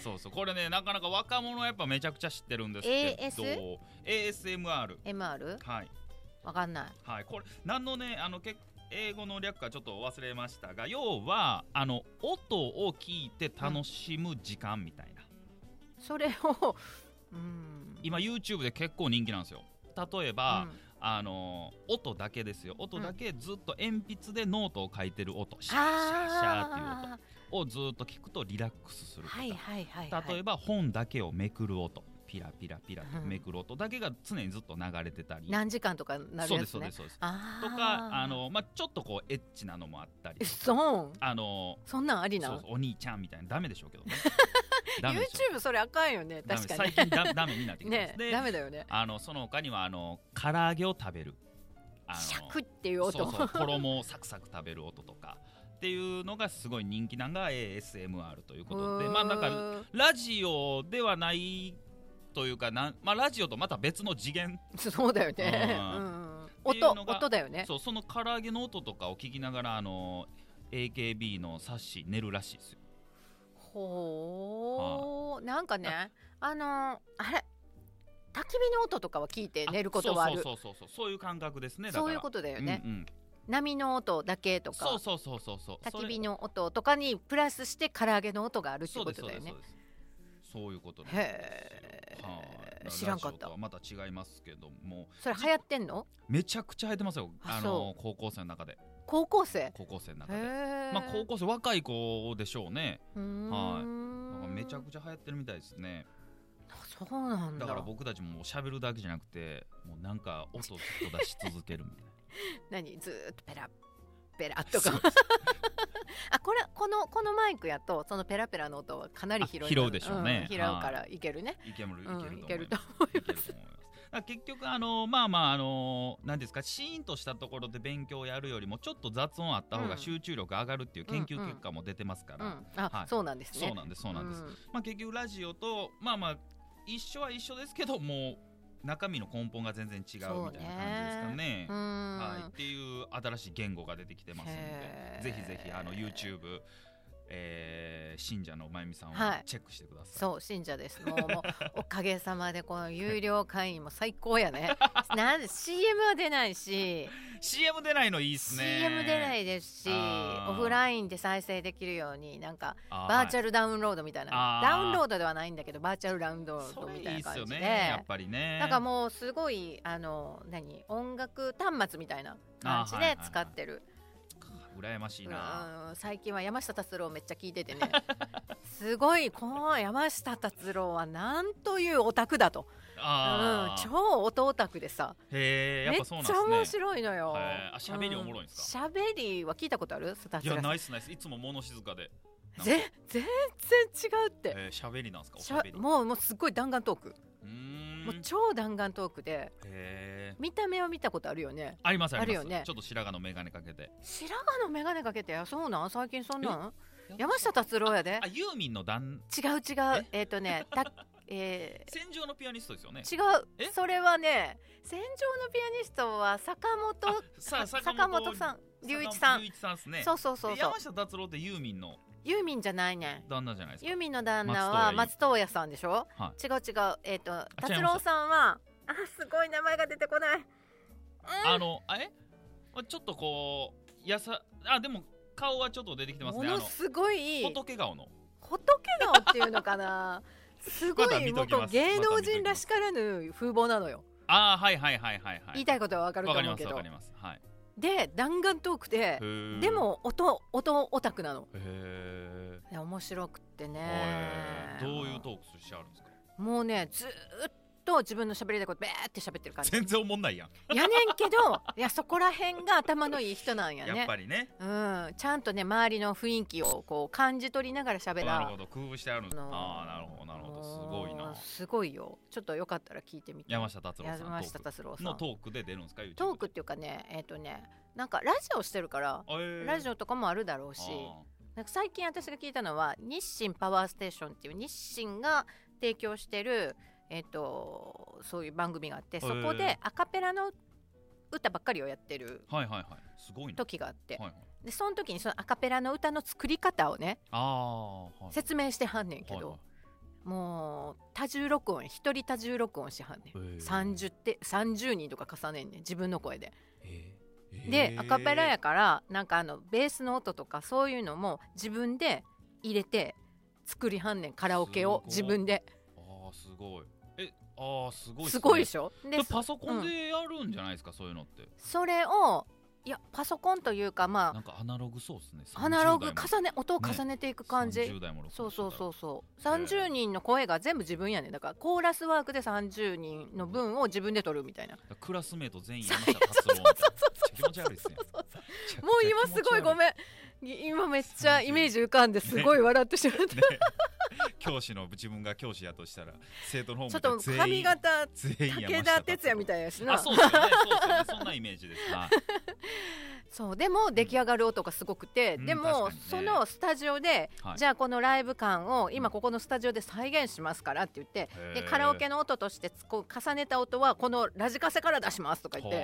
[SPEAKER 1] そうそうこれねなかなか若者はやっぱめちゃくちゃ知ってるんですけど ASMR
[SPEAKER 2] MR
[SPEAKER 1] はい
[SPEAKER 2] わかんない
[SPEAKER 1] はいこれ何のねあのけ英語の略かちょっと忘れましたが要はあの音を聞いて楽しむ時間みたいな、
[SPEAKER 2] それをうん
[SPEAKER 1] 今 YouTube で結構人気なんですよ例えば、あの音だけですよ音だけずっと鉛筆でノートを書いてる音、シャーシャーシャーっていう
[SPEAKER 2] あ
[SPEAKER 1] 音をずっと聞くとリラックスする
[SPEAKER 2] あ
[SPEAKER 1] とか、
[SPEAKER 2] はいはいはい
[SPEAKER 1] 例え
[SPEAKER 2] ば
[SPEAKER 1] ば本だけをめくる音ピラピラピラとめくる音だけが常にずっと流れてたり、
[SPEAKER 2] 何時間とかなる
[SPEAKER 1] そう
[SPEAKER 2] や
[SPEAKER 1] で
[SPEAKER 2] つ
[SPEAKER 1] すそうで
[SPEAKER 2] ね
[SPEAKER 1] すそうです
[SPEAKER 2] あ
[SPEAKER 1] と
[SPEAKER 2] ー
[SPEAKER 1] かあの、まあ、ちょっとこうエッチなのもあったり
[SPEAKER 2] うっそ
[SPEAKER 1] あの
[SPEAKER 2] そんなんありな
[SPEAKER 1] そう
[SPEAKER 2] の
[SPEAKER 1] そうお兄ちゃんみたいなダメでしょうけ どねダメでしょ
[SPEAKER 2] YouTube それあかんよね
[SPEAKER 1] ダメ
[SPEAKER 2] 確か
[SPEAKER 1] 最近ダダメになってき
[SPEAKER 2] に
[SPEAKER 1] てます
[SPEAKER 2] ね
[SPEAKER 1] で
[SPEAKER 2] ダメだよね
[SPEAKER 1] あのその他にはあの唐揚げを食べるあの
[SPEAKER 2] シャクっていう音
[SPEAKER 1] そ うそう衣をサクサク食べる音とかっていうのがすごい人気なんが ASMR ということでまあなんか
[SPEAKER 2] うーん
[SPEAKER 1] ラジオではないというかなん、まあ、ラジオとまた別の次元
[SPEAKER 2] そうだよ
[SPEAKER 1] う
[SPEAKER 2] ねうんん
[SPEAKER 1] っていう
[SPEAKER 2] 音
[SPEAKER 1] のが
[SPEAKER 2] 音だよね
[SPEAKER 1] そうその唐揚げの音とかを聞きながらあの AKB のサッシー寝るらしいですよ。
[SPEAKER 2] ほうなんかねあのあれ焚き火の音とかは聞いて寝ることはある
[SPEAKER 1] そうそうそうそうそうそういう感覚ですねだから
[SPEAKER 2] そういうことだよね
[SPEAKER 1] うんうん
[SPEAKER 2] 波の音だけと
[SPEAKER 1] そう
[SPEAKER 2] か
[SPEAKER 1] そうそうそうそう
[SPEAKER 2] 焚き火
[SPEAKER 1] の
[SPEAKER 2] の音とかにプラスして唐揚げの音があるって
[SPEAKER 1] そう
[SPEAKER 2] こ
[SPEAKER 1] です
[SPEAKER 2] と
[SPEAKER 1] そう
[SPEAKER 2] だ
[SPEAKER 1] で
[SPEAKER 2] よ
[SPEAKER 1] す
[SPEAKER 2] ね
[SPEAKER 1] そうですそういうことなんで
[SPEAKER 2] へ
[SPEAKER 1] す
[SPEAKER 2] ー
[SPEAKER 1] よはい
[SPEAKER 2] 知らんかっ
[SPEAKER 1] ラジ
[SPEAKER 2] た
[SPEAKER 1] オとはまた違いますけども
[SPEAKER 2] それ流行ってんの
[SPEAKER 1] めちゃくちゃ入ってますよ
[SPEAKER 2] あ
[SPEAKER 1] あの高校生の中で
[SPEAKER 2] 高校生
[SPEAKER 1] 高校生の中で
[SPEAKER 2] へ
[SPEAKER 1] まあ高校生若い子でしょうねはいなん
[SPEAKER 2] は
[SPEAKER 1] かめちゃくちゃ流行ってるみたいですね
[SPEAKER 2] そうなんだ
[SPEAKER 1] だから僕たちももう喋るだけじゃなくてもうなんか音ずっと出し続けるみたいな
[SPEAKER 2] 何ずーっとペラペラ とかあこれこのこのマイクやとそのペラペラの音はかなり拾い
[SPEAKER 1] あ拾うでしょうね
[SPEAKER 2] ん拾うからいけるね、
[SPEAKER 1] いける
[SPEAKER 2] うん、
[SPEAKER 1] い
[SPEAKER 2] い
[SPEAKER 1] け
[SPEAKER 2] け
[SPEAKER 1] る
[SPEAKER 2] る
[SPEAKER 1] と
[SPEAKER 2] と
[SPEAKER 1] 思います
[SPEAKER 2] 思
[SPEAKER 1] いけ
[SPEAKER 2] いま
[SPEAKER 1] る
[SPEAKER 2] す
[SPEAKER 1] と思いますだから結局あのまあまああの何ですかシーンとしたところで勉強をやるよりもちょっと雑音あった方
[SPEAKER 2] う
[SPEAKER 1] が
[SPEAKER 2] ん
[SPEAKER 1] 集中力上がるっていう研究結果も出てますか
[SPEAKER 2] う
[SPEAKER 1] ら、
[SPEAKER 2] ん、あ、
[SPEAKER 1] はい
[SPEAKER 2] そうなんですね
[SPEAKER 1] そうなんですそうなんです、
[SPEAKER 2] うん
[SPEAKER 1] まあ結局ラジオとまあまあ一緒は一緒ですけどもう中身の根本が全然違うみたいな
[SPEAKER 2] そ
[SPEAKER 1] 感
[SPEAKER 2] う
[SPEAKER 1] じ
[SPEAKER 2] ね
[SPEAKER 1] ですかね
[SPEAKER 2] う。ん
[SPEAKER 1] はい、っていう新しい言語が出てきてますので
[SPEAKER 2] へー
[SPEAKER 1] ぜひぜひあの YouTube、えー信者のまゆみさんを
[SPEAKER 2] はい
[SPEAKER 1] チェックしてください。
[SPEAKER 2] そう信者ですもうも うおかげさまでこの有料会員も最高やねなんで CM は出ないし
[SPEAKER 1] CM 出ないのいいっすね
[SPEAKER 2] CM 出ないですし
[SPEAKER 1] あー
[SPEAKER 2] オフラインで再生できるようになんかバーチャ
[SPEAKER 1] ル
[SPEAKER 2] ルダウンロードみたいな、
[SPEAKER 1] あー
[SPEAKER 2] ダウンロードではないんだけどバーチャルダウンロー
[SPEAKER 1] そ
[SPEAKER 2] ド
[SPEAKER 1] れ
[SPEAKER 2] み
[SPEAKER 1] い
[SPEAKER 2] たい
[SPEAKER 1] い
[SPEAKER 2] な
[SPEAKER 1] っす
[SPEAKER 2] 感
[SPEAKER 1] よ
[SPEAKER 2] じで
[SPEAKER 1] ねやっぱりね。
[SPEAKER 2] なんかもうすごいあの何音楽端末みたいな感じ
[SPEAKER 1] あーはいはい
[SPEAKER 2] で
[SPEAKER 1] はい
[SPEAKER 2] 使ってる、
[SPEAKER 1] 羨ましいな。
[SPEAKER 2] うん最近は山下達郎めっちゃ聞いてて ねすごいこの山下達郎はなんというオタクだと、うん
[SPEAKER 1] あ、ー
[SPEAKER 2] 超音オタクでさ
[SPEAKER 1] へえやっ
[SPEAKER 2] め
[SPEAKER 1] ぱ
[SPEAKER 2] っ
[SPEAKER 1] そう
[SPEAKER 2] ち
[SPEAKER 1] なん
[SPEAKER 2] ゃ面
[SPEAKER 1] ですね。
[SPEAKER 2] 白いのよ
[SPEAKER 1] へーあ喋りおもろいんす
[SPEAKER 2] か、うん、喋りは聞いたことある達
[SPEAKER 1] いや
[SPEAKER 2] 郎
[SPEAKER 1] ナ
[SPEAKER 2] さん
[SPEAKER 1] イスナイスいつも物静かで。なんか
[SPEAKER 2] ぜ全然違うって、
[SPEAKER 1] えー、しゃべりなんですかお
[SPEAKER 2] し
[SPEAKER 1] しゃ
[SPEAKER 2] ゃ
[SPEAKER 1] べりう
[SPEAKER 2] もうもうすっごい弾丸トーク
[SPEAKER 1] ーん
[SPEAKER 2] もう超弾丸トークで
[SPEAKER 1] へー
[SPEAKER 2] 見た目は見たことあるよね
[SPEAKER 1] ありますあります
[SPEAKER 2] あるよね
[SPEAKER 1] ちょっと白髪の眼鏡かけて
[SPEAKER 2] 白髪の眼鏡かけてあそうなん最近そんなん
[SPEAKER 1] え
[SPEAKER 2] 山下達郎やで
[SPEAKER 1] あユーミンの旦
[SPEAKER 2] 違う違うえっ、とねた、え
[SPEAKER 1] 戦場のピアニストですよね
[SPEAKER 2] ー違
[SPEAKER 1] え
[SPEAKER 2] うそれはね戦場のピアニストは坂
[SPEAKER 1] あ
[SPEAKER 2] 本
[SPEAKER 1] さあ
[SPEAKER 2] 坂本さん隆一さん
[SPEAKER 1] 隆一さんですね
[SPEAKER 2] そうそうそう
[SPEAKER 1] で
[SPEAKER 2] そう
[SPEAKER 1] 山下達郎ってユーミンの
[SPEAKER 2] ユーミンじゃないね
[SPEAKER 1] 旦那じゃないで
[SPEAKER 2] ん
[SPEAKER 1] す
[SPEAKER 2] ユーミンの旦那は
[SPEAKER 1] 松
[SPEAKER 2] 松任谷さんでしょ、
[SPEAKER 1] は
[SPEAKER 2] 違う違うえっ、と
[SPEAKER 1] 違
[SPEAKER 2] 達
[SPEAKER 1] います
[SPEAKER 2] 郎さんはあすごい名前が出てこない
[SPEAKER 1] か。あの、あえまあちょっとこう、やさ、あ、でも顔はちょっと出てきてます
[SPEAKER 2] も
[SPEAKER 1] ね。あ
[SPEAKER 2] の
[SPEAKER 1] の、
[SPEAKER 2] すごい
[SPEAKER 1] 仏顔の。
[SPEAKER 2] 仏顔っていうの かなすご
[SPEAKER 1] また
[SPEAKER 2] い
[SPEAKER 1] 見とき
[SPEAKER 2] 元
[SPEAKER 1] ます
[SPEAKER 2] 芸能人らしからぬ風貌なのよ、
[SPEAKER 1] ああ、はいはいはいはいは
[SPEAKER 2] 言い
[SPEAKER 1] い。
[SPEAKER 2] たいことはわかると
[SPEAKER 1] わかり
[SPEAKER 2] 思
[SPEAKER 1] ます
[SPEAKER 2] うけ
[SPEAKER 1] わ
[SPEAKER 2] ど
[SPEAKER 1] かります。はい。
[SPEAKER 2] で弾丸トークで
[SPEAKER 1] へー
[SPEAKER 2] で。も音音オタクなの
[SPEAKER 1] へえ。
[SPEAKER 2] いや面白くってね
[SPEAKER 1] へーどういうトークしてあるんですか。
[SPEAKER 2] もうねずーっと自分の喋りたいことべーって喋ってる感じ
[SPEAKER 1] 全然おもんないやん。
[SPEAKER 2] やねんけどいやそこら辺が頭のいい人なんや
[SPEAKER 1] やっ
[SPEAKER 2] ね
[SPEAKER 1] ぱりね。
[SPEAKER 2] うん、ちゃんとね周りの雰囲気をこう感じ取りながら喋
[SPEAKER 1] なる
[SPEAKER 2] ら
[SPEAKER 1] ほど、工夫してあるんです。
[SPEAKER 2] あのー
[SPEAKER 1] ああ、なるほど、なるほど、すごいな
[SPEAKER 2] もう。すごいよちょっとよかったら聞いてみて
[SPEAKER 1] 山下達郎さん。
[SPEAKER 2] 山下
[SPEAKER 1] トー
[SPEAKER 2] 達郎
[SPEAKER 1] ク
[SPEAKER 2] さ
[SPEAKER 1] の
[SPEAKER 2] ん
[SPEAKER 1] トークで出るんですか。YouTube
[SPEAKER 2] トークっ。ていうかねえっ、とねなんかラジオしてるからラジ
[SPEAKER 1] オ
[SPEAKER 2] オとかもあるだろうしなんか最近私が聞いたのは日清パワーステーションっていう日清が提供してる、えっとそういう番組があってそこ
[SPEAKER 1] へえ
[SPEAKER 2] でアカペラの歌ばっかりをやってる
[SPEAKER 1] はいはいはい。すごいな。
[SPEAKER 2] 時があって
[SPEAKER 1] はいはい。
[SPEAKER 2] でその時にそのアカペラの歌の作り方をね
[SPEAKER 1] ああー、はい。
[SPEAKER 2] 説明してはんねんけどもう多重録音一人多重録音してはんねん
[SPEAKER 1] はいはい。
[SPEAKER 2] 30って30人とか重ねんねん自分の声で。
[SPEAKER 1] えー。
[SPEAKER 2] で
[SPEAKER 1] えー
[SPEAKER 2] アカペラや。からなんかあのベースの音とかそういうのも自分で入れて作りはんねんカラオケを
[SPEAKER 1] す
[SPEAKER 2] 自
[SPEAKER 1] ごい
[SPEAKER 2] 分で
[SPEAKER 1] ああ、すごい。え、ああ、すごいっね。
[SPEAKER 2] すごいでしょで
[SPEAKER 1] でパソコンでやるんじゃないですか、そういうのって。
[SPEAKER 2] それをいやパソコンというかま
[SPEAKER 1] なんかアナログそうですね。
[SPEAKER 2] あアナログ
[SPEAKER 1] 30代も
[SPEAKER 2] 重ね音を重ねていく感じ、
[SPEAKER 1] 30代も60代も
[SPEAKER 2] そうそうそうそう
[SPEAKER 1] へえ
[SPEAKER 2] 30人の声が全部自分やねんだからコーラスワークで30人の分を自分で取るみたいな
[SPEAKER 1] クラスメート全員
[SPEAKER 2] そう
[SPEAKER 1] 山
[SPEAKER 2] そ
[SPEAKER 1] 下
[SPEAKER 2] うそう
[SPEAKER 1] 達郎みたいな。めっちゃ気持ち悪いですね。
[SPEAKER 2] そうそう
[SPEAKER 1] めちゃくちゃ
[SPEAKER 2] もう今すごいご
[SPEAKER 1] ん。
[SPEAKER 2] めん今めっちゃイメージ浮かんですごい笑ってしまった
[SPEAKER 1] ね教師の自分が教師やとしたら生徒の方
[SPEAKER 2] ちょっ
[SPEAKER 1] も
[SPEAKER 2] と
[SPEAKER 1] 全員
[SPEAKER 2] 髪型
[SPEAKER 1] 全員
[SPEAKER 2] 武田鉄矢み
[SPEAKER 1] い
[SPEAKER 2] たいやし
[SPEAKER 1] な。あ
[SPEAKER 2] な
[SPEAKER 1] そうですよね。そうですよね。そんなイメージ です。はい
[SPEAKER 2] そうでも出来上がる音がすごくて、
[SPEAKER 1] うん
[SPEAKER 2] で
[SPEAKER 1] 確
[SPEAKER 2] も、
[SPEAKER 1] かにね
[SPEAKER 2] そのスタジオで、
[SPEAKER 1] はい
[SPEAKER 2] じゃあこのライブ感を
[SPEAKER 1] ん
[SPEAKER 2] 今ここのスタジオで再現しますからって言って、
[SPEAKER 1] へ
[SPEAKER 2] で
[SPEAKER 1] ー
[SPEAKER 2] カラオケの音としてつこう重ねた音はこのラジカセから出しますとか言って
[SPEAKER 1] は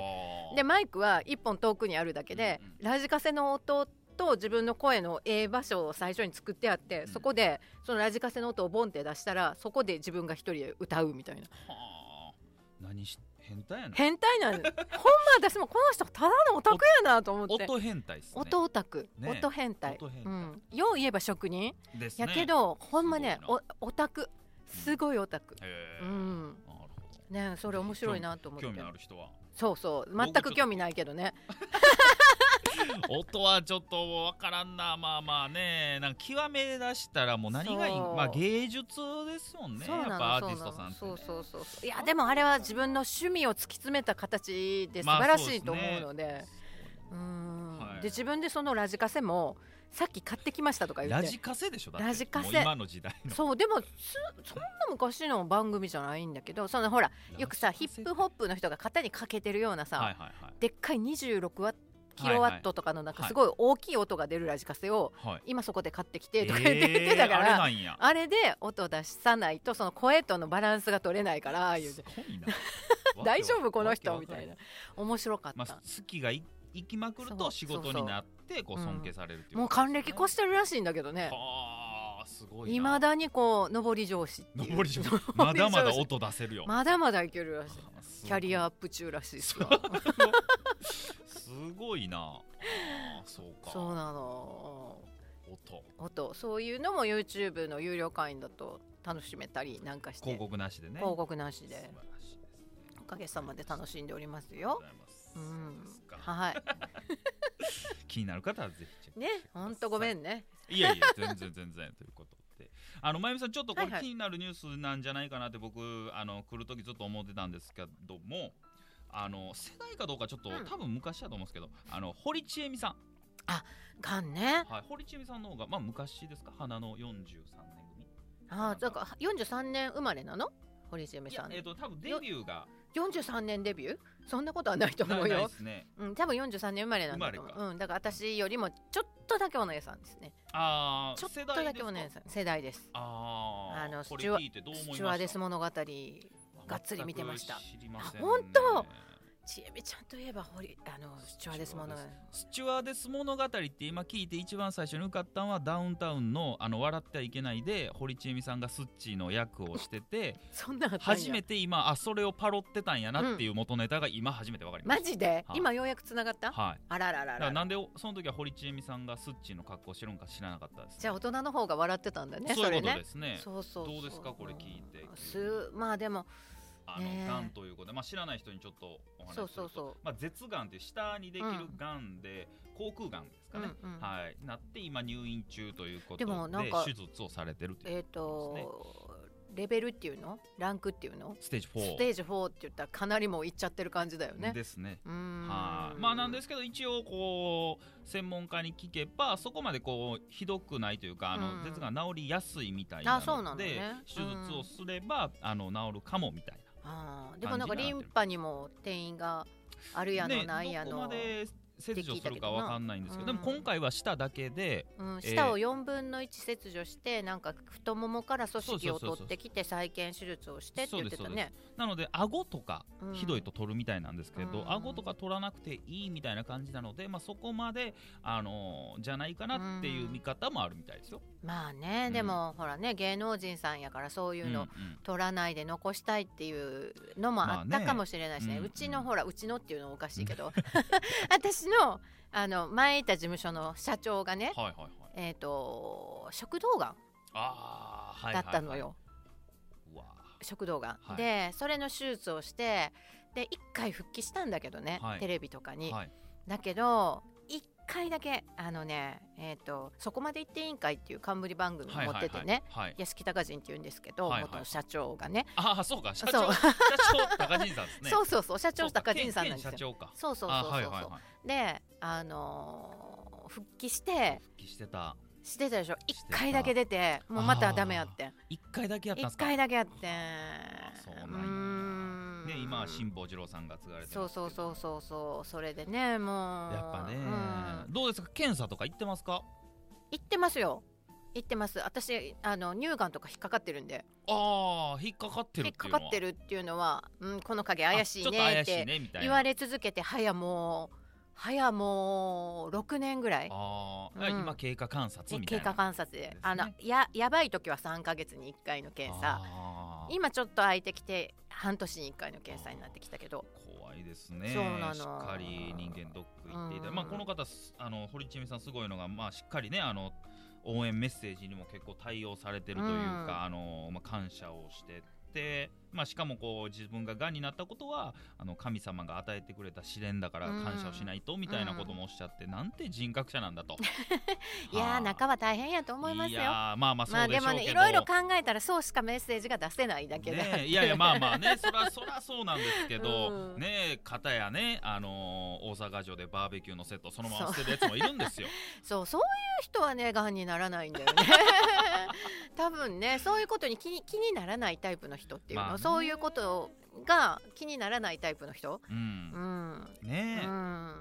[SPEAKER 1] あ
[SPEAKER 2] でマイクは1本遠くにあるだけで、
[SPEAKER 1] うん
[SPEAKER 2] ラジカセの音と自分の声の A 場所を最初に作ってあって、
[SPEAKER 1] ん
[SPEAKER 2] そこでそのラジカセの音をボンって出したらそこで自分が一人で歌うみたいな
[SPEAKER 1] はあ何し変態やな。
[SPEAKER 2] 変態なんほん ま私もこの人ただのオタクやなと思って
[SPEAKER 1] 音変態ですね。
[SPEAKER 2] 音オタク、
[SPEAKER 1] ね
[SPEAKER 2] 音変態
[SPEAKER 1] 音変
[SPEAKER 2] う
[SPEAKER 1] 態
[SPEAKER 2] ん、よう言えば職人、
[SPEAKER 1] ですね。
[SPEAKER 2] やけどほんまね
[SPEAKER 1] すごい
[SPEAKER 2] おオタクすごいオタク、
[SPEAKER 1] へ
[SPEAKER 2] う
[SPEAKER 1] え。
[SPEAKER 2] ん
[SPEAKER 1] なるほ
[SPEAKER 2] ねそれ面白いなと思
[SPEAKER 1] ど。
[SPEAKER 2] って
[SPEAKER 1] 興味のある人は
[SPEAKER 2] そうそう全く興味ないけどね
[SPEAKER 1] 音はちょっとわからんなまあまあねなんか極め出したらもう何がいい
[SPEAKER 2] そう
[SPEAKER 1] まあ芸術ですもんね
[SPEAKER 2] そ
[SPEAKER 1] や
[SPEAKER 2] う
[SPEAKER 1] っ
[SPEAKER 2] な
[SPEAKER 1] ぱ
[SPEAKER 2] の
[SPEAKER 1] アーテ
[SPEAKER 2] そ
[SPEAKER 1] ィ
[SPEAKER 2] うな
[SPEAKER 1] ス
[SPEAKER 2] の
[SPEAKER 1] トさんって
[SPEAKER 2] そ
[SPEAKER 1] ね
[SPEAKER 2] うそうそうそういやでもあれは自分の趣味を突き詰めた形で素晴らしいと思うので,、
[SPEAKER 1] まあそう
[SPEAKER 2] うーん
[SPEAKER 1] はい
[SPEAKER 2] で自分でそのラジカセもさっき買ってきましたとか
[SPEAKER 1] すね
[SPEAKER 2] 言っ
[SPEAKER 1] ラ
[SPEAKER 2] て
[SPEAKER 1] ジカセでしょだ
[SPEAKER 2] ラジカセ
[SPEAKER 1] もう今の時代の
[SPEAKER 2] そうでもすそんな昔の番組じゃないんだけどそのほらよくさ
[SPEAKER 1] ラ
[SPEAKER 2] ヒ
[SPEAKER 1] ジカセ
[SPEAKER 2] ップホップの人が肩にかけてるようなさ、
[SPEAKER 1] はいはいはい
[SPEAKER 2] でっかい26ワッキ
[SPEAKER 1] はい
[SPEAKER 2] ロワットとかのなんか
[SPEAKER 1] はい
[SPEAKER 2] すごい大きい音が出るラジカセを
[SPEAKER 1] はい
[SPEAKER 2] 今そこで買ってきてとか言って言ってたか
[SPEAKER 1] えー
[SPEAKER 2] ら、
[SPEAKER 1] あれなんや
[SPEAKER 2] あれで音出さないとその声とのバランスが取れないから言う
[SPEAKER 1] す
[SPEAKER 2] て
[SPEAKER 1] ごいな
[SPEAKER 2] 大丈夫この
[SPEAKER 1] わ
[SPEAKER 2] 人
[SPEAKER 1] けわ
[SPEAKER 2] み
[SPEAKER 1] か
[SPEAKER 2] た
[SPEAKER 1] ら
[SPEAKER 2] いな面白かった、
[SPEAKER 1] まあ好きがい行きまくる
[SPEAKER 2] そ
[SPEAKER 1] と
[SPEAKER 2] う
[SPEAKER 1] 仕事になってこう
[SPEAKER 2] そうそう
[SPEAKER 1] 尊敬されるっていう
[SPEAKER 2] もう還暦越してるらしいんだけどね
[SPEAKER 1] はあすごい
[SPEAKER 2] い
[SPEAKER 1] な
[SPEAKER 2] まだにこう上り上司っていう
[SPEAKER 1] 上り上手まだまだ音出せるよ
[SPEAKER 2] まだまだいけるらしい
[SPEAKER 1] あすごい
[SPEAKER 2] キャリアアップ中らしいっすわ
[SPEAKER 1] すごいなあそうか
[SPEAKER 2] そうなの
[SPEAKER 1] 音
[SPEAKER 2] 音そういうのも YouTube の有料会員だと楽しめたりなんかして
[SPEAKER 1] 広告なしでね
[SPEAKER 2] 広告なし
[SPEAKER 1] 素晴
[SPEAKER 2] で
[SPEAKER 1] らしいですね
[SPEAKER 2] おかげさまで楽しんでおります
[SPEAKER 1] ありがとうご。
[SPEAKER 2] よ
[SPEAKER 1] ざいます
[SPEAKER 2] う
[SPEAKER 1] そうんです、か
[SPEAKER 2] はい。
[SPEAKER 1] 気になる方はぜひチェック
[SPEAKER 2] ね、本当ごめんね。
[SPEAKER 1] いやいや全然全然ということであのまゆみさんちょっとこれ
[SPEAKER 2] はいはい
[SPEAKER 1] 気になるニュースなんじゃないかなって僕あの来る時ずっと思ってたんですけどもあの世代かどうかちょっと、
[SPEAKER 2] うん
[SPEAKER 1] 多分昔だと思うんですけどあの堀ちえみさん
[SPEAKER 2] がんね。
[SPEAKER 1] はい堀ちえみさんの方がまあ昔ですか花の43年組
[SPEAKER 2] ああ、だから四十三年生まれなの？堀ちえみ
[SPEAKER 1] い
[SPEAKER 2] さ
[SPEAKER 1] や
[SPEAKER 2] ん
[SPEAKER 1] えっ、。と多分デビューが
[SPEAKER 2] 四十三年デビュー？そんなことはないと思
[SPEAKER 1] なな
[SPEAKER 2] う
[SPEAKER 1] いで
[SPEAKER 2] よ。
[SPEAKER 1] すね
[SPEAKER 2] うん、多分四十三年生まれなんだと
[SPEAKER 1] 生
[SPEAKER 2] 思
[SPEAKER 1] まれ
[SPEAKER 2] う。うん、だから私よりもちょっとだけお姉さんですね。
[SPEAKER 1] ああ
[SPEAKER 2] ちょっとだけお姉
[SPEAKER 1] ん
[SPEAKER 2] さん世代です。
[SPEAKER 1] あー
[SPEAKER 2] あの
[SPEAKER 1] こ
[SPEAKER 2] スチ
[SPEAKER 1] れ
[SPEAKER 2] ュワ
[SPEAKER 1] 聞いてどう思いまし
[SPEAKER 2] ス
[SPEAKER 1] た
[SPEAKER 2] チュワーデス物語。がっつり見てました
[SPEAKER 1] 全く知りませんね
[SPEAKER 2] あ本当ちえみちゃんといえばホリあのスチュワーデス物語
[SPEAKER 1] スチュワーデス物語って今聞いて一番最初に受かったのはダウンタウンの「あの笑ってはいけない」で堀ちえみさんがスッチーの役をして て
[SPEAKER 2] そんなあったんや
[SPEAKER 1] 初めて今あそれをパロってたんやなっていう元ネタが今初めて分かりまし
[SPEAKER 2] マジで、
[SPEAKER 1] はい
[SPEAKER 2] 今ようやくつながっ
[SPEAKER 1] た。
[SPEAKER 2] た、
[SPEAKER 1] はい
[SPEAKER 2] あららら
[SPEAKER 1] だからら
[SPEAKER 2] ら
[SPEAKER 1] なんでその時は堀ちえみさんがスッチーの格好してるんか知らなかったです、
[SPEAKER 2] じゃあ大人の方が笑ってたんだね
[SPEAKER 1] そういう
[SPEAKER 2] れ
[SPEAKER 1] こと
[SPEAKER 2] ね
[SPEAKER 1] ですね。
[SPEAKER 2] そうそうそ
[SPEAKER 1] どうですかこれ聞いて
[SPEAKER 2] すまあでも
[SPEAKER 1] あの
[SPEAKER 2] ねえ
[SPEAKER 1] がんということで、まあ、知らない人にちょっとお話しすると
[SPEAKER 2] そうそうそう
[SPEAKER 1] まあ、舌がんっていう下にできるがんで、口腔がんですかね、
[SPEAKER 2] うんうん
[SPEAKER 1] はい、なって今入院中ということで
[SPEAKER 2] でもなんか
[SPEAKER 1] 手術をされてるという
[SPEAKER 2] えっ、と、レベルっていうのランクっていうの
[SPEAKER 1] ステージ4
[SPEAKER 2] ステージ4って言ったらかなりもういっちゃってる感じだよね。
[SPEAKER 1] ですね。
[SPEAKER 2] うーん
[SPEAKER 1] はい、まあなんですけど一応こう専門家に聞けばそこまでこうひどくないというかあ
[SPEAKER 2] うん
[SPEAKER 1] の舌がん治りやすいみたいな
[SPEAKER 2] あそうな
[SPEAKER 1] の
[SPEAKER 2] のね
[SPEAKER 1] で手術をすればあの治るかもみたいな。
[SPEAKER 2] あーでもなんか
[SPEAKER 1] 感じ
[SPEAKER 2] リ
[SPEAKER 1] になってる
[SPEAKER 2] ンパにも転移があるやのないや
[SPEAKER 1] ね、どこ
[SPEAKER 2] の、
[SPEAKER 1] まで切除するかわかんないんですけど
[SPEAKER 2] できたけどな
[SPEAKER 1] でも今回は舌だけで
[SPEAKER 2] うん、
[SPEAKER 1] えー
[SPEAKER 2] 舌を4分の1切除してなんか太ももから組織
[SPEAKER 1] そ
[SPEAKER 2] を
[SPEAKER 1] うそうそうそう
[SPEAKER 2] 取ってきて再建手術をしてって言ってたね。
[SPEAKER 1] なので顎とか
[SPEAKER 2] うん
[SPEAKER 1] ひどいと取るみたいなんですけど、
[SPEAKER 2] うん
[SPEAKER 1] 顎とか取らなくていいみたいな感じなので、まあ、そこまで、あのーじゃないかなっていう見方もあるみたいですよ。
[SPEAKER 2] まあねでも、ほらね芸能人さんやからそういうの、
[SPEAKER 1] うんうん
[SPEAKER 2] 取らないで残したいっていうのもあったかもしれないしね,、
[SPEAKER 1] まあねうん
[SPEAKER 2] うちのほらうちのっていうのおかしいけど 私のあの前いた事務所の社長がね、
[SPEAKER 1] はいはいはい、
[SPEAKER 2] えー、と食道が
[SPEAKER 1] あー、は
[SPEAKER 2] ん
[SPEAKER 1] いは
[SPEAKER 2] だ
[SPEAKER 1] いはい、
[SPEAKER 2] ったのよ、
[SPEAKER 1] うわ
[SPEAKER 2] 食道がん、
[SPEAKER 1] はい
[SPEAKER 2] でそれの手術をしてで1回復帰したんだけどね、
[SPEAKER 1] はい
[SPEAKER 2] テレビとか
[SPEAKER 1] ー
[SPEAKER 2] に、
[SPEAKER 1] はい、
[SPEAKER 2] だけど1回だけあのね、えー、とそこまで行っていいんかいっていう冠番組持って
[SPEAKER 1] は
[SPEAKER 2] てね、
[SPEAKER 1] いはいはいはい、
[SPEAKER 2] 屋敷隆人っていうんですけど、
[SPEAKER 1] はいはい
[SPEAKER 2] 元社長がね、
[SPEAKER 1] ああそうか社
[SPEAKER 2] そ
[SPEAKER 1] 長
[SPEAKER 2] う
[SPEAKER 1] 社長高人さんですね
[SPEAKER 2] そううそうそう社長
[SPEAKER 1] か
[SPEAKER 2] 高人さんなん
[SPEAKER 1] 県県
[SPEAKER 2] です
[SPEAKER 1] 社
[SPEAKER 2] よ
[SPEAKER 1] 長か
[SPEAKER 2] そうそうそう
[SPEAKER 1] あ
[SPEAKER 2] そうそう、
[SPEAKER 1] はいはいはい
[SPEAKER 2] であのー復帰して
[SPEAKER 1] 復帰してた
[SPEAKER 2] してたでしょ
[SPEAKER 1] て
[SPEAKER 2] 一
[SPEAKER 1] た
[SPEAKER 2] 回だけ出てもうまたダメやって
[SPEAKER 1] 一回だけやったんで
[SPEAKER 2] 一
[SPEAKER 1] すか
[SPEAKER 2] 回だけやって
[SPEAKER 1] そうなんや
[SPEAKER 2] ん
[SPEAKER 1] ね今は辛坊治郎さんが継がれてますけ
[SPEAKER 2] そ
[SPEAKER 1] ど
[SPEAKER 2] うそうそうそうそうそれでねもう
[SPEAKER 1] やっぱね、
[SPEAKER 2] うん
[SPEAKER 1] どうですか検査とか行ってますか
[SPEAKER 2] 行ってますよ行ってます私あの乳がんとか引っかかってるんで
[SPEAKER 1] ああ引っかかってる
[SPEAKER 2] 引
[SPEAKER 1] っ
[SPEAKER 2] って
[SPEAKER 1] い
[SPEAKER 2] か
[SPEAKER 1] うの
[SPEAKER 2] か
[SPEAKER 1] は
[SPEAKER 2] ってるっていうのは、うん、この影
[SPEAKER 1] あ
[SPEAKER 2] 怪しいねっ
[SPEAKER 1] ちょっと怪しい
[SPEAKER 2] て
[SPEAKER 1] ねみたいな
[SPEAKER 2] 言われ続けて早もう早もう6年ぐらい
[SPEAKER 1] あー、
[SPEAKER 2] うん
[SPEAKER 1] 今経過観察みたい
[SPEAKER 2] 経
[SPEAKER 1] な
[SPEAKER 2] 過観察で
[SPEAKER 1] ですね
[SPEAKER 2] あのややばい時は3か月に1回の検査
[SPEAKER 1] あー
[SPEAKER 2] 今ちょっと空いてきて半年に1回の検査になってきたけど
[SPEAKER 1] 怖いですね
[SPEAKER 2] そうなの
[SPEAKER 1] しっかり人間ドック行っていただいて、
[SPEAKER 2] うん
[SPEAKER 1] まあ、この方すあの堀ちえみさんすごいのが、まあ、しっかりねあの応援メッセージにも結構対応されてるというか、
[SPEAKER 2] うん
[SPEAKER 1] あのまあ、感謝をしてて。まあ、しかもこう自分ががんになったことはあの神様が与えてくれた試練だから
[SPEAKER 2] うん
[SPEAKER 1] 感謝をしないとみたいなこともおっしゃって、なんて人格者なんだと
[SPEAKER 2] いやー中は大変やと思います
[SPEAKER 1] い
[SPEAKER 2] よ
[SPEAKER 1] やーまあまあ
[SPEAKER 2] ま
[SPEAKER 1] そ
[SPEAKER 2] あ
[SPEAKER 1] うでし
[SPEAKER 2] で
[SPEAKER 1] ょうけど、
[SPEAKER 2] もねいろいろ考えたらそうしかメッセージが出せないだけで、
[SPEAKER 1] ねえ、いやいやまあまあねそらそらそうなんですけど、
[SPEAKER 2] うん
[SPEAKER 1] ねえ片やね、あのー大阪城でバーベキューのセットそのまま捨てるやつもいるん ですよ。
[SPEAKER 2] そうそういう人はねがんにならないんだよ ね多分ねそういうことに気に気にならないタイプの人っていうの、
[SPEAKER 1] まあね
[SPEAKER 2] そういうことが気にならないタイプの人
[SPEAKER 1] う、
[SPEAKER 2] うんん、
[SPEAKER 1] ねえ、
[SPEAKER 2] うん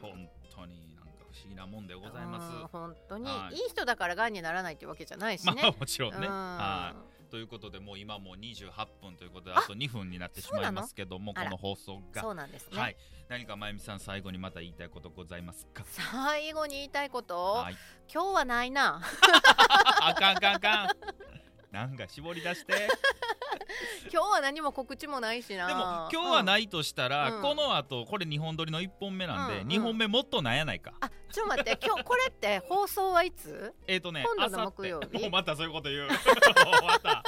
[SPEAKER 1] 本当になんか不思議なもんでございます。
[SPEAKER 2] うん本当に、
[SPEAKER 1] はい
[SPEAKER 2] い、い人だからがんにならないってわけじゃないし
[SPEAKER 1] ま
[SPEAKER 2] ね。
[SPEAKER 1] あもちろん
[SPEAKER 2] う
[SPEAKER 1] ね。
[SPEAKER 2] ん
[SPEAKER 1] はいということでもう今もう28分ということであと2分になってしまいますけども
[SPEAKER 2] そう
[SPEAKER 1] こ
[SPEAKER 2] なの
[SPEAKER 1] の放送が、
[SPEAKER 2] そうなんですね、
[SPEAKER 1] はい何かまゆみさん最後にまた言いたいことございますか。
[SPEAKER 2] 最後に言いたいこと、
[SPEAKER 1] はい、
[SPEAKER 2] 今日はないな
[SPEAKER 1] あかんあかんあかん。なんか絞り出して。
[SPEAKER 2] 今日は何も告知もないしな
[SPEAKER 1] でも今日は
[SPEAKER 2] うん
[SPEAKER 1] ないとしたら、
[SPEAKER 2] うん
[SPEAKER 1] この後これ2本撮りの1本目なんで、
[SPEAKER 2] うん
[SPEAKER 1] 2本目もっとなんやないか、
[SPEAKER 2] あちょっと待って今日これって放送はいつ
[SPEAKER 1] えっ、とね
[SPEAKER 2] 今
[SPEAKER 1] あ
[SPEAKER 2] 度
[SPEAKER 1] さ
[SPEAKER 2] の
[SPEAKER 1] って
[SPEAKER 2] 木曜日
[SPEAKER 1] もうまたそういうこと 言うもうまた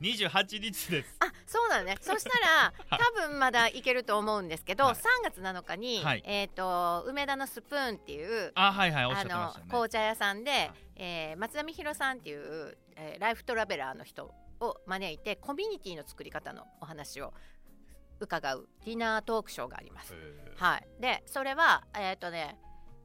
[SPEAKER 1] 28日です
[SPEAKER 2] あそうだねそしたら多分まだいけると思うんですけど、
[SPEAKER 1] はい
[SPEAKER 2] 3月7日に、
[SPEAKER 1] はい
[SPEAKER 2] えっ、と梅田のスプーンっていう
[SPEAKER 1] あはいはいおっしゃ
[SPEAKER 2] あ
[SPEAKER 1] ってました
[SPEAKER 2] の
[SPEAKER 1] ね
[SPEAKER 2] 紅茶屋さんで、えー松田美弘さんっていう、えーライフトラベラーの人を招いてコミュニティの作り方のお話を伺うディナートークショーがあります。
[SPEAKER 1] へー
[SPEAKER 2] はい、でそれはえっ、とね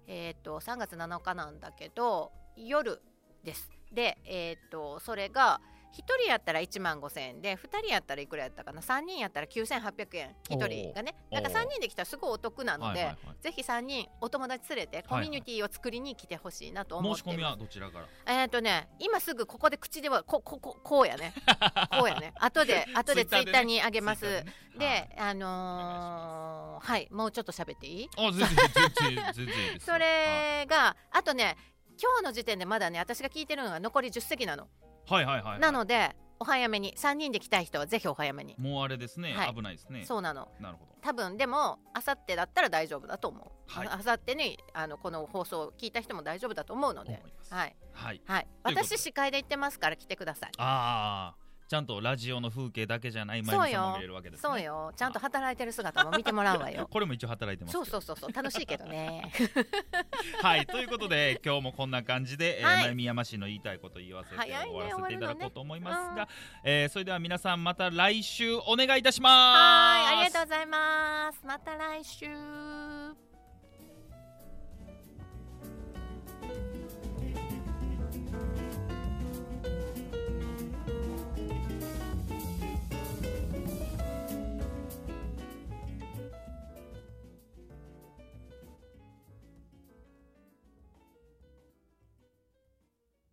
[SPEAKER 2] えっ、と3月7日なんだけど夜です。でえっ、とそれが1人やったら1万5000円で2人やったらいくらやったかな3人やったら9800円1人がね
[SPEAKER 1] おー
[SPEAKER 2] だから3人で来たらすごいお得なの
[SPEAKER 1] はい
[SPEAKER 2] で、
[SPEAKER 1] はいはい
[SPEAKER 2] ぜひ3人お友達連れてコミュニティを作りに来てほしいなと思
[SPEAKER 1] 申
[SPEAKER 2] っ
[SPEAKER 1] して
[SPEAKER 2] ます、
[SPEAKER 1] 込みはどちらから
[SPEAKER 2] えっ、とね今すぐここで口ではここここうやねこうやね 後で後でツイッターにあげます、
[SPEAKER 1] Twitter
[SPEAKER 2] で、
[SPEAKER 1] ね
[SPEAKER 2] あのーはいもうちょっと喋っていい
[SPEAKER 1] はいあ全然全然全然いいですよ
[SPEAKER 2] それがあとね今日の時点でまだね私が聞いてるのが残り10席なの、
[SPEAKER 1] はいはいはいはい
[SPEAKER 2] なのでお早めに3人で来たい人はぜひお早めに、
[SPEAKER 1] もうあれですね、
[SPEAKER 2] はい
[SPEAKER 1] 危ないですね
[SPEAKER 2] そうなの
[SPEAKER 1] なるほど
[SPEAKER 2] 多分でもあさってだったら大丈夫だと思う、
[SPEAKER 1] はい
[SPEAKER 2] あさってにあのこの放送を聞いた人も大丈夫だと思うので
[SPEAKER 1] 思います
[SPEAKER 2] はい、
[SPEAKER 1] はい
[SPEAKER 2] はい、
[SPEAKER 1] ということで
[SPEAKER 2] 私司会で行ってますから来てください
[SPEAKER 1] ああちゃんとラジオの風景だけじゃない前
[SPEAKER 2] そう
[SPEAKER 1] にさんも
[SPEAKER 2] よ
[SPEAKER 1] 見れるわけですね
[SPEAKER 2] そうよちゃんと働いてる姿も見てもらう わよ
[SPEAKER 1] これも一応働いてます
[SPEAKER 2] そうそうそうそう楽しいけ どね
[SPEAKER 1] はいということ で今日もこんな感じで、えー
[SPEAKER 2] はい
[SPEAKER 1] まゆみやましの言いたいこと言わせて終
[SPEAKER 2] 早いね
[SPEAKER 1] わらせていただこうと思いますが、
[SPEAKER 2] 終わる
[SPEAKER 1] えーそれでは皆さんまた来週お願いいたします
[SPEAKER 2] はいありがとうございますまた来週